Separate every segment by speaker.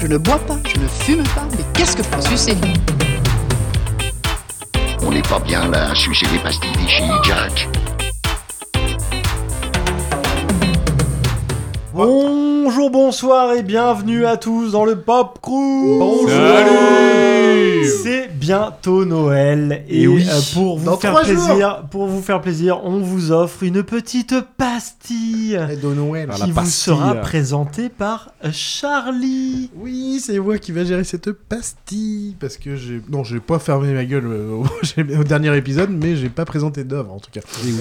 Speaker 1: Je ne bois pas, je ne fume pas, mais qu'est-ce que pour sucer
Speaker 2: On n'est pas bien là à sucer des pastilles des Chili Jack.
Speaker 3: Bonjour, bonsoir et bienvenue à tous dans le Pop Crew. Bonjour. C'est bientôt Noël et,
Speaker 4: oui,
Speaker 3: euh, pour vous
Speaker 4: dans
Speaker 3: faire
Speaker 4: trois jours.
Speaker 3: plaisir, pour vous faire plaisir, on vous offre une petite pastille
Speaker 4: Et de Noël.
Speaker 3: qui vous sera présentée par Charlie.
Speaker 4: Oui, c'est moi qui va gérer cette pastille parce que j'ai non, j'ai pas fermé ma gueule euh, au, j'ai- au dernier épisode, mais j'ai pas présenté d'œuvre en tout cas. oui.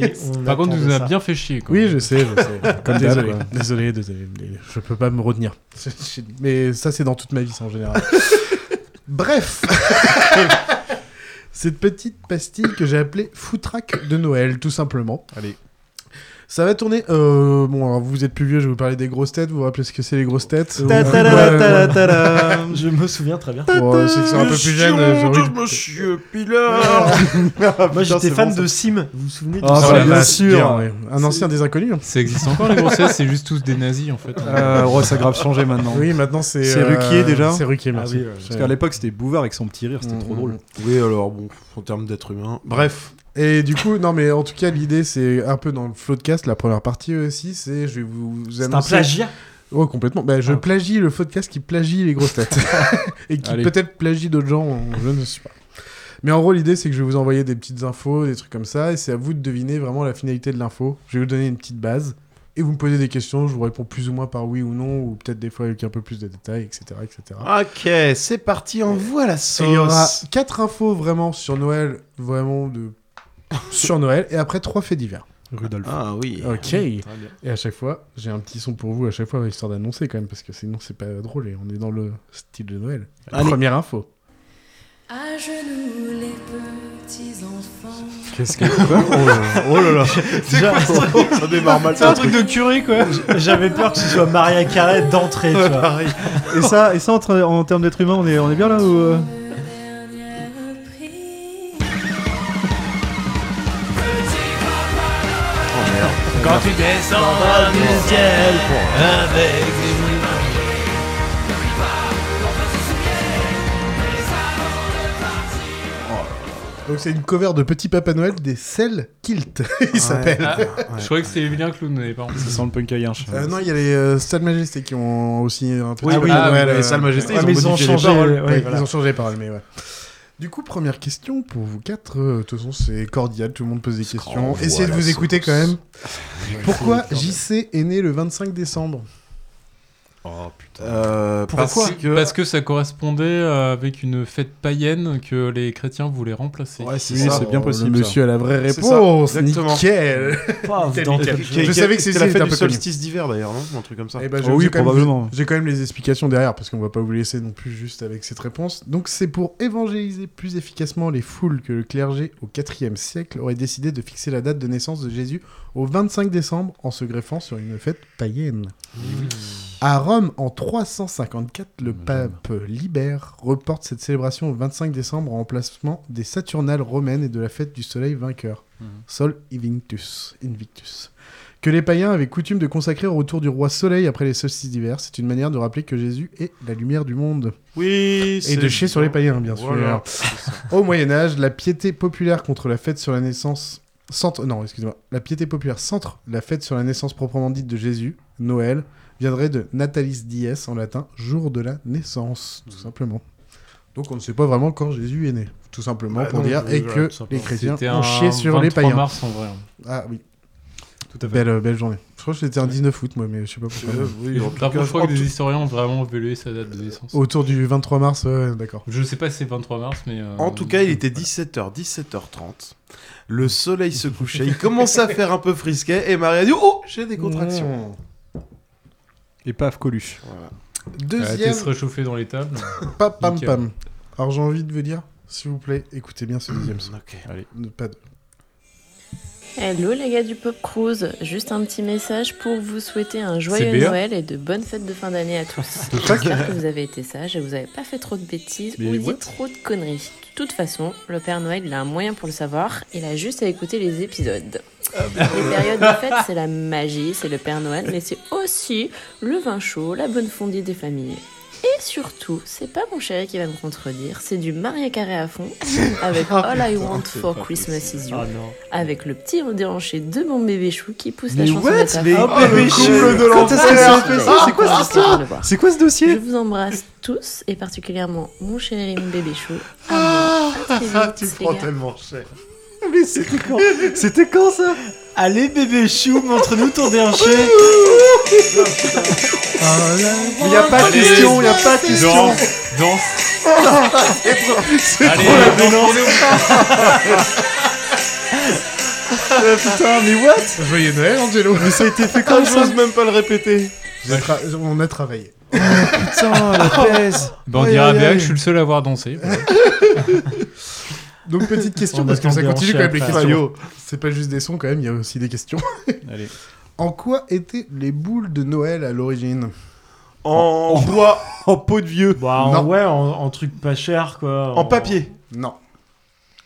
Speaker 3: Et on
Speaker 5: Par contre, tu nous
Speaker 3: attendait
Speaker 5: as
Speaker 3: ça.
Speaker 5: bien fait chier. Quoi.
Speaker 4: Oui, je sais, je sais.
Speaker 5: Comme d'hab,
Speaker 4: désolé,
Speaker 5: quoi.
Speaker 4: désolé, désolé, mais je peux pas me retenir. C'est- Mais ça, c'est dans toute ma vie, ça, en général. Bref, cette petite pastille que j'ai appelée Foutraque de Noël, tout simplement. Allez. Ça va tourner. euh, bon, alors vous êtes plus vieux, je vais vous parler des grosses têtes. Vous vous rappelez ce que c'est les grosses têtes
Speaker 3: Ta ta la la ta la ta la. Je me souviens très bien.
Speaker 4: Ouais, c'est que c'est un peu plus jeune. euh, j'ai envie de-
Speaker 6: Monsieur Pilar
Speaker 3: Moi
Speaker 4: Putain,
Speaker 3: j'étais
Speaker 4: c'est
Speaker 3: fan
Speaker 4: bon, ça.
Speaker 3: de Sim. Vous vous souvenez de
Speaker 4: Ah,
Speaker 5: Oh
Speaker 3: Sim
Speaker 4: ça,
Speaker 5: la
Speaker 4: bien
Speaker 5: vache,
Speaker 4: sûr.
Speaker 5: bien,
Speaker 4: ouais. Un ancien hein. des inconnus.
Speaker 5: Ça existe encore la grossesse, c'est juste tous des nazis en fait.
Speaker 7: Euh, ouais, ça a grave changé maintenant.
Speaker 4: Oui, maintenant c'est. euh,
Speaker 7: C'est Ruquier, déjà
Speaker 4: C'est Ruquier,
Speaker 3: Ah
Speaker 4: merci.
Speaker 3: oui, ouais.
Speaker 7: Parce qu'à l'époque, c'était Bouvard avec son petit rire, c'était
Speaker 4: Mhm.
Speaker 7: trop drôle.
Speaker 6: Oui, alors bon, en termes d'être humain.
Speaker 4: Bref. Et du coup, non, mais en tout cas, l'idée, c'est un peu dans le Floodcast, la première partie aussi, c'est je vais vous annoncer.
Speaker 3: C'est un plagiat.
Speaker 4: Oh, complètement. Bah, je
Speaker 3: Ah.
Speaker 4: plagie le Floodcast qui plagie les grosses têtes. Et qui
Speaker 5: Allez.
Speaker 4: peut-être plagie d'autres gens, je ne sais pas. Mais en gros, l'idée, c'est que je vais vous envoyer des petites infos, des trucs comme ça, et c'est à vous de deviner vraiment la finalité de l'info. Je vais vous donner une petite base, et vous me posez des questions, je vous réponds plus ou moins par oui ou non, ou peut-être des fois avec un peu plus de détails, etc. etc.
Speaker 6: Ok, c'est parti, envoie
Speaker 4: Et
Speaker 6: la
Speaker 7: Ah,
Speaker 6: sauce.
Speaker 4: il y aura quatre infos vraiment sur Noël, vraiment de sur Noël, et après trois faits divers.
Speaker 7: Rudolf.
Speaker 6: Ah oui.
Speaker 4: Ok. Et à chaque fois, j'ai un petit son pour vous à chaque fois histoire d'annoncer quand même parce que sinon c'est pas drôle et on est dans le style de Noël.
Speaker 6: Allez.
Speaker 4: Première info.
Speaker 8: À genoux les petits enfants.
Speaker 7: Qu'est-ce que. Oh, là là.
Speaker 6: Ça démarre mal.
Speaker 5: C'est un truc de curé quoi.
Speaker 3: J'avais peur que ce soit Maria Carré d'entrée, tu vois.
Speaker 7: Et ça, et ça en, tra- en termes d'être humain, on est, on est bien là ou. euh
Speaker 8: Dernière prière.
Speaker 5: Quand tu descends dans le ciel avec
Speaker 4: Donc c'est une cover de Petit Papa Noël des Cell Kilt. il s'appelle.
Speaker 5: Je croyais que c'était Emilien Clown, mais pas
Speaker 7: Ça sent le punk à yinche.
Speaker 4: Euh, non, il y a les euh, Salles Majestés qui ont aussi un petit
Speaker 5: Oui,
Speaker 4: Papa
Speaker 5: oui. Ah,
Speaker 4: Noël.
Speaker 5: oui,
Speaker 4: euh,
Speaker 5: les Salles Majestés,
Speaker 4: ouais,
Speaker 3: ils
Speaker 4: mais
Speaker 3: ont modifié
Speaker 4: changé
Speaker 3: les paroles.
Speaker 4: ouais,
Speaker 3: Ouais, voilà.
Speaker 4: Ils ont changé les paroles, mais ouais. Du coup, première question pour vous quatre. euh, De toute façon, c'est cordial, tout le monde pose des questions.
Speaker 6: renvoie
Speaker 4: Essayez de
Speaker 6: la
Speaker 4: vous écouter
Speaker 6: sauce.
Speaker 4: quand même. Pourquoi JC est né le 25 décembre
Speaker 7: Oh putain.
Speaker 6: Euh,
Speaker 5: Parce
Speaker 6: parce
Speaker 5: que...
Speaker 6: que.
Speaker 5: parce que ça correspondait euh, avec une fête païenne que les chrétiens voulaient remplacer.
Speaker 6: Ouais, c'est
Speaker 7: Oui,
Speaker 6: ça.
Speaker 7: c'est bien possible.
Speaker 4: Le monsieur a la vraie
Speaker 6: C'est ça,
Speaker 4: réponse.
Speaker 6: exactement.
Speaker 4: Nickel.
Speaker 3: Paf, dans
Speaker 4: nickel.
Speaker 3: quel
Speaker 4: Je
Speaker 3: jeu.
Speaker 4: savais que c'était
Speaker 6: c'était la
Speaker 4: un
Speaker 6: fête
Speaker 4: peu
Speaker 6: du
Speaker 4: connu.
Speaker 6: solstice d'hiver d'ailleurs, non Un truc comme ça.
Speaker 4: Eh ben, je-
Speaker 7: Oh oui,
Speaker 4: j'ai quand même-
Speaker 7: probablement.
Speaker 4: J'ai quand même les explications derrière parce qu'on va pas vous laisser non plus juste avec cette réponse. Donc c'est pour évangéliser plus efficacement les foules que le clergé au 4e siècle aurait décidé de fixer la date de naissance de Jésus au 25 décembre en se greffant sur une fête païenne.
Speaker 6: Eh
Speaker 4: À Rome, en 354, le pape Libère reporte cette célébration au 25 décembre en remplacement des Saturnales romaines et de la fête du soleil vainqueur,
Speaker 6: Mhm.
Speaker 4: Sol Invictus. Invictus que les païens avaient coutume de consacrer au retour du roi soleil après les solstices d'hiver. C'est une manière de rappeler que Jésus est la lumière du monde.
Speaker 6: Oui,
Speaker 4: Et de chier sur les païens, bien sûr.
Speaker 6: Voilà.
Speaker 4: Au Moyen Âge, la piété populaire contre la fête sur la naissance centre non, excuse-moi, la piété populaire centre la fête sur la naissance proprement dite de Jésus, Noël, viendrait de Natalis dies en latin, jour de la naissance,
Speaker 6: Mm.
Speaker 4: tout simplement. Donc on ne sait pas vraiment quand Jésus est né, tout simplement
Speaker 6: Bah
Speaker 4: pour
Speaker 6: non,
Speaker 4: dire
Speaker 6: oui,
Speaker 4: et
Speaker 6: voilà,
Speaker 4: que
Speaker 6: tout simplement.
Speaker 4: les chrétiens
Speaker 5: C'était
Speaker 4: ont
Speaker 5: un
Speaker 4: chié sur les
Speaker 5: 23
Speaker 4: païens.
Speaker 5: mars en vrai. hein.
Speaker 4: Ah oui,
Speaker 7: Tout à fait.
Speaker 4: belle, euh, belle journée. Je crois que c'était un 19 août moi, mais je sais pas pourquoi.
Speaker 6: Euh, oui, en tout
Speaker 5: Par
Speaker 6: cas,
Speaker 5: contre, je crois que
Speaker 6: en
Speaker 5: des
Speaker 6: tout-
Speaker 5: historiens ont vraiment évalué sa date de naissance.
Speaker 4: Autour du 23 mars, ouais, d'accord.
Speaker 5: Je sais pas si c'est 23 mars, mais. euh,
Speaker 6: En tout cas, il était 17h, 17h30. Le soleil se couchait, il commençait à faire un peu frisquet et Marie a dit Oh, j'ai des contractions.
Speaker 7: Et paf, Coluche.
Speaker 5: euh,
Speaker 4: Deuxième,
Speaker 5: t'es se réchauffer dans les tables.
Speaker 4: pam pam
Speaker 5: Nickel.
Speaker 4: pam. Alors j'ai envie de vous dire, s'il vous plaît, écoutez bien ce deuxième son.
Speaker 6: Ok.
Speaker 4: Ne Pas de-
Speaker 9: Hello les gars du Pop Cruise, juste un petit message pour vous souhaiter un
Speaker 5: C'est
Speaker 9: joyeux
Speaker 5: Béa.
Speaker 9: Noël et de bonnes fêtes de fin d'année à tous. J'espère que vous avez été sages et vous avez pas fait trop de bêtises
Speaker 7: Mais
Speaker 9: ou dit
Speaker 7: what
Speaker 9: trop de conneries. De toute façon, le Père Noël il a un moyen pour le savoir, il a juste à écouter les épisodes.
Speaker 7: Ah, bah.
Speaker 9: Les périodes de fête, c'est la magie, c'est le Père Noël, mais c'est aussi le vin chaud, la bonne fondue des familles. Et surtout, c'est pas mon chéri qui va me contredire, c'est du Maria Carré à fond avec
Speaker 7: Ah,
Speaker 9: All I Want for Christmas Is You, avec le petit déhanché de mon bébé chou qui pousse la chanson de sa femme.
Speaker 3: bébé chou de
Speaker 7: Quand est-ce que ça se fait, ça
Speaker 9: Ah,
Speaker 7: C'est quoi
Speaker 9: ah,
Speaker 7: cette histoire
Speaker 9: le voir.
Speaker 7: C'est quoi ce dossier
Speaker 9: Je vous embrasse tous et particulièrement mon chéri et mon bébé chou. Ah,
Speaker 4: tu me prends tellement cher.
Speaker 7: Mais c'était quand C'était quand ça
Speaker 3: Allez bébé chou, montre-nous ton déhanché. Oh
Speaker 4: Il n'y a pas de question, il n'y a pas de question.
Speaker 5: Danse, danse.
Speaker 4: C'est
Speaker 5: Allez,
Speaker 4: trop la
Speaker 5: danse.
Speaker 7: Putain, mais what
Speaker 4: Joyeux Noël, Angelo. Mais ça a été fait
Speaker 6: Ah, j'ose même pas le répéter.
Speaker 4: On a travaillé.
Speaker 7: Putain, la pèse
Speaker 5: Bah, on
Speaker 7: Aïe,
Speaker 5: dirait à
Speaker 7: aïe,
Speaker 5: Béa que
Speaker 7: aïe.
Speaker 5: je suis le seul à avoir dansé. voilà.
Speaker 4: Donc petite question
Speaker 3: On
Speaker 4: parce que ça
Speaker 3: attendait en
Speaker 4: continue quand même les
Speaker 3: chef,
Speaker 4: questions. C'est pas juste des sons quand même, il y a aussi des questions.
Speaker 7: Allez.
Speaker 4: En quoi étaient les boules de Noël à l'origine
Speaker 6: En bois, en peau de vieux,
Speaker 3: Bah en-
Speaker 4: Non.
Speaker 3: ouais, en, en truc pas cher quoi.
Speaker 6: en papier,
Speaker 4: Non,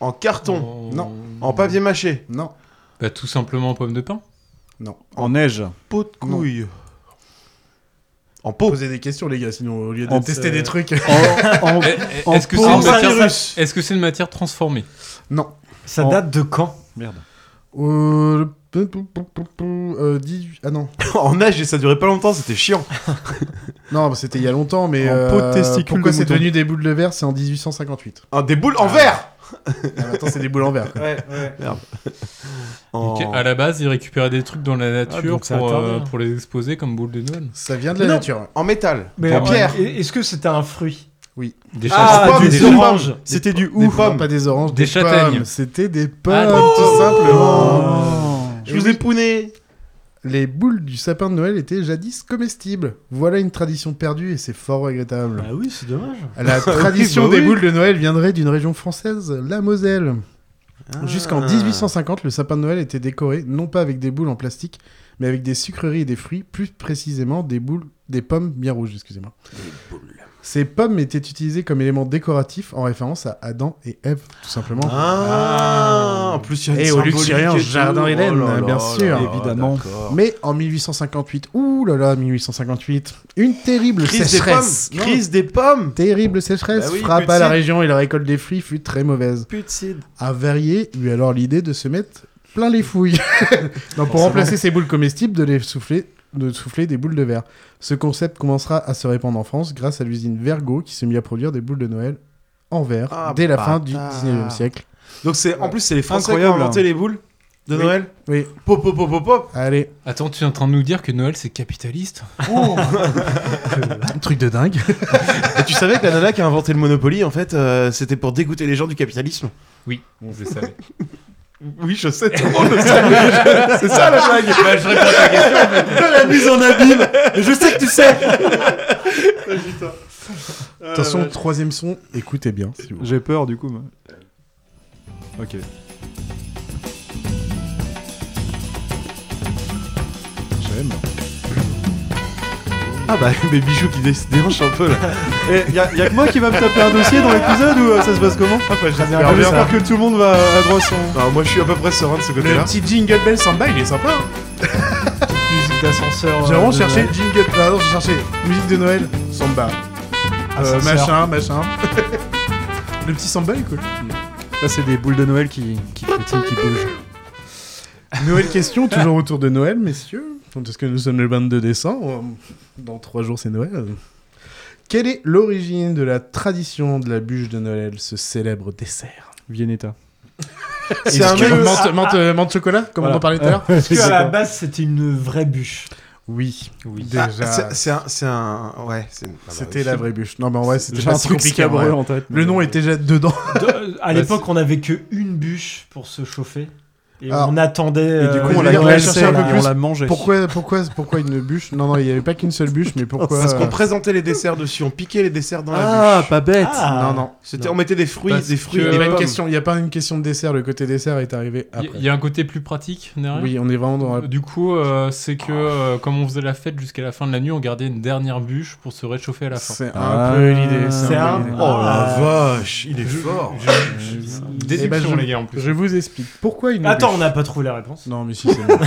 Speaker 6: en carton,
Speaker 4: Non.
Speaker 6: en papier mâché,
Speaker 4: non,
Speaker 5: Bah, tout simplement pomme de pain.
Speaker 4: non.
Speaker 7: En neige.
Speaker 6: peau de
Speaker 4: Non.
Speaker 6: couille.
Speaker 4: En pot. Posez des questions les gars, sinon au lieu de
Speaker 7: En-
Speaker 4: tester des trucs.
Speaker 7: En, en-
Speaker 5: Eh, eh, Est-ce que c'est
Speaker 3: En
Speaker 5: une matière
Speaker 3: papyrus.
Speaker 5: Est-ce que c'est une matière transformée
Speaker 4: non.
Speaker 3: Ça date de quand
Speaker 7: Merde.
Speaker 4: Euh, euh, 18 Ah non.
Speaker 6: en nage et ça durait pas longtemps, c'était chiant.
Speaker 4: Non, bah, c'était il y a longtemps, mais euh,
Speaker 7: En pot de testicule
Speaker 4: pourquoi
Speaker 7: de
Speaker 4: c'est
Speaker 7: mouton.
Speaker 4: devenu des boules de verre C'est en 1858.
Speaker 6: Un des boules en verre.
Speaker 4: Ah, maintenant, c'est des boules en verre. quoi.
Speaker 6: En-
Speaker 5: Donc, À la base, ils récupéraient des trucs dans la nature
Speaker 3: donc ça
Speaker 5: pour,
Speaker 3: attendait,
Speaker 5: euh,
Speaker 3: hein.
Speaker 5: pour les exposer comme boules de Noël.
Speaker 4: Ça vient de la
Speaker 6: Non.
Speaker 4: nature. ouais.
Speaker 6: En métal.
Speaker 3: Mais
Speaker 6: en
Speaker 3: ouais,
Speaker 6: pierre.
Speaker 3: mais Est-ce que c'était un fruit
Speaker 5: Des
Speaker 3: Ah,
Speaker 5: châtaignes.
Speaker 6: pommes,
Speaker 3: du
Speaker 6: des
Speaker 3: orange.
Speaker 6: oranges. C'était du
Speaker 4: Des
Speaker 6: ouf.
Speaker 4: pommes, pas des oranges,
Speaker 5: Des
Speaker 4: des,
Speaker 5: châtaignes.
Speaker 4: pommes. C'était des pommes,
Speaker 5: Ah, des
Speaker 4: tout simplement.
Speaker 6: Je vous ai pouné.
Speaker 4: Les boules du sapin de Noël étaient jadis comestibles. Voilà une tradition perdue et c'est fort regrettable.
Speaker 3: Bah oui, c'est dommage.
Speaker 4: La tradition
Speaker 6: bah
Speaker 4: des
Speaker 6: oui.
Speaker 4: boules de Noël viendrait d'une région française, la Moselle.
Speaker 6: Ah.
Speaker 4: Jusqu'en 1850, le sapin de Noël était décoré non pas avec des boules en plastique, mais avec des sucreries et des fruits, plus précisément des boules, des pommes bien rouges, excusez-moi. Ces pommes étaient utilisées comme élément décoratif en référence à Adam et Ève, tout simplement.
Speaker 6: Ah, en plus, il y a une
Speaker 4: Et au luxe
Speaker 6: symbolique
Speaker 4: syrien,
Speaker 6: et tout. Oh
Speaker 4: jardin Hélène, bien sûr.
Speaker 7: Oh, Évidemment.
Speaker 6: d'accord.
Speaker 4: Mais en 1858, ouh là là, 1858, une terrible
Speaker 6: Crise des
Speaker 4: sécheresse,
Speaker 6: pommes. Crise des pommes.
Speaker 4: terrible sécheresse
Speaker 6: Bah oui,
Speaker 4: frappa la
Speaker 6: Putin.
Speaker 4: région et la récolte des fruits fut très mauvaise.
Speaker 6: Putain.
Speaker 4: A varié eut alors l'idée de se mettre plein les fouilles. non, pour remplacer ces boules comestibles, de les souffler, de souffler des boules de verre. Ce concept commencera à se répandre en France grâce à l'usine Vergo qui se mit à produire des boules de Noël en verre
Speaker 6: Ah,
Speaker 4: dès la fin du
Speaker 6: bâtard.
Speaker 4: 19e siècle.
Speaker 6: Donc c'est en plus c'est les Français qui ont
Speaker 7: Incroyable,
Speaker 6: inventé
Speaker 7: hein.
Speaker 6: les boules de
Speaker 4: Oui.
Speaker 6: Noël.
Speaker 4: Oui.
Speaker 6: Pop pop pop pop pop.
Speaker 4: Allez,
Speaker 5: Attends, tu es en train de nous dire que Noël c'est capitaliste
Speaker 4: un truc de dingue.
Speaker 6: Et tu savais que la nana qui a inventé le Monopoly en fait euh, c'était pour dégoûter les gens du capitalisme.
Speaker 5: Oui, je le savais.
Speaker 6: Oui je sais tout le monde le sait. c'est ça la blague.
Speaker 5: Bah, je réponds à ta question.
Speaker 6: la mise en abîme. Je sais que tu sais.
Speaker 7: Ah,
Speaker 4: Attention, troisième son, écoutez bien. si vous-
Speaker 7: J'ai peur du coup. moi. Ok. J'aime.
Speaker 6: Ah bah mes bijoux qui dé- déhanchent un peu là.
Speaker 7: Eh, y'a y a que moi qui va me taper un dossier dans l'épisode ou euh, ça se passe comment
Speaker 6: Ah bah
Speaker 7: Ah, J'espère Bah, que tout le monde va à droit son
Speaker 6: moi je suis à peu près serein de ce
Speaker 4: Le
Speaker 6: côté-là.
Speaker 4: petit jingle bell samba, il est sympa. hein.
Speaker 3: Musique
Speaker 7: Oh,
Speaker 3: d'ascenseur.
Speaker 4: J'ai
Speaker 3: euh,
Speaker 4: vraiment
Speaker 3: de
Speaker 4: cherché
Speaker 3: Noël.
Speaker 4: jingle, pardon, j'ai cherché musique de Noël, samba.
Speaker 7: Ah,
Speaker 4: Euh,
Speaker 3: Ascenseur.
Speaker 4: machin, machin. le petit samba est cool.
Speaker 7: Là, c'est des boules de Noël qui, qui pétillent, qui bougent.
Speaker 4: Noël question, toujours autour de Noël, messieurs. Parce que nous sommes le 22 décembre. Euh, Dans trois jours, c'est Noël. Quelle est l'origine de la tradition de la bûche de Noël, ce célèbre dessert
Speaker 7: Vienneta.
Speaker 4: C'est
Speaker 6: un
Speaker 3: mec-
Speaker 4: menthe, menthe- menthe chocolat, comme on en parlait tout à l'heure
Speaker 3: Est-ce qu'à la base c'était une vraie bûche
Speaker 4: Oui,
Speaker 5: Oui.
Speaker 4: déjà.
Speaker 6: Ah, c'est- c'est un, c'est un, ouais, c'est. ah bah,
Speaker 4: C'était
Speaker 6: oui.
Speaker 4: la vraie bûche. Non, mais en vrai, c'était
Speaker 7: J'ai
Speaker 4: pas
Speaker 7: un
Speaker 4: si
Speaker 7: truc
Speaker 4: compliqué. en vrai.
Speaker 7: scabreux en tête.
Speaker 4: Le nom était déjà dedans.
Speaker 3: De-
Speaker 4: Bah,
Speaker 3: À l'époque on avait que une bûche pour se chauffer et
Speaker 4: Ah.
Speaker 3: on attendait.
Speaker 4: Et du
Speaker 3: euh,
Speaker 4: coup, on
Speaker 3: les
Speaker 4: l'a
Speaker 3: Noël
Speaker 4: glacé,
Speaker 3: chez
Speaker 4: là,
Speaker 3: la-
Speaker 4: peu plus.
Speaker 7: On l'a mangé.
Speaker 4: Pourquoi, pourquoi, pourquoi une bûche Non, non, il n'y avait pas qu'une seule bûche, mais pourquoi
Speaker 6: Parce qu'on
Speaker 4: euh,
Speaker 6: présentait les desserts dessus, on piquait les desserts dans la
Speaker 7: Ah,
Speaker 6: bûche.
Speaker 7: pas bête
Speaker 3: Ah.
Speaker 4: Non, non.
Speaker 6: C'était,
Speaker 5: Non.
Speaker 6: on mettait des fruits,
Speaker 5: Parce
Speaker 6: des fruits,
Speaker 5: que-
Speaker 6: et
Speaker 4: Euh, Il
Speaker 6: des
Speaker 4: n'y a, pas une
Speaker 6: pommes.
Speaker 4: question- il y a pas une question de dessert, le côté dessert est arrivé après.
Speaker 5: Il y a un côté plus pratique derrière.
Speaker 4: Oui, on est vraiment dans la...
Speaker 5: Du coup, euh, c'est que euh, comme on faisait la fête jusqu'à la fin de la nuit, on gardait une dernière bûche pour se réchauffer à la fin.
Speaker 4: C'est un
Speaker 7: Ah.
Speaker 4: peu l'idée.
Speaker 3: C'est
Speaker 4: peu
Speaker 3: un-
Speaker 4: l'idée.
Speaker 6: Oh
Speaker 3: Ah.
Speaker 6: la vache, il est fort.
Speaker 5: Déduction,
Speaker 4: Eh ben, je-
Speaker 5: les gars, en plus.
Speaker 4: Je vous explique. Pourquoi une
Speaker 3: Attends, on n'a pas trouvé la réponse.
Speaker 4: Non, mais si, c'est bon.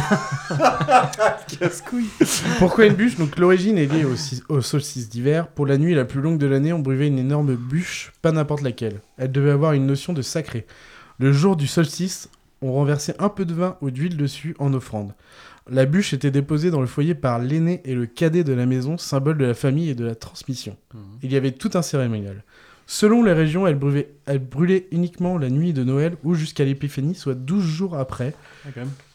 Speaker 4: Casse-couille. Pourquoi une bûche Donc, l'origine est liée aux, cis- aux solstices d'hiver. Pour la nuit la plus longue de l'année, on brûlait une énorme bûche, pas n'importe laquelle. Elle devait avoir une notion de sacré. Le jour du solstice, on renversait un peu de vin ou d'huile dessus en offrande. La bûche était déposée dans le foyer par l'aîné et le cadet de la maison, symbole de la famille et de la transmission. Il y avait tout un cérémonial. Selon les régions, elle brûlait, elle brûlait uniquement la nuit de Noël ou jusqu'à l'épiphanie, soit 12 jours après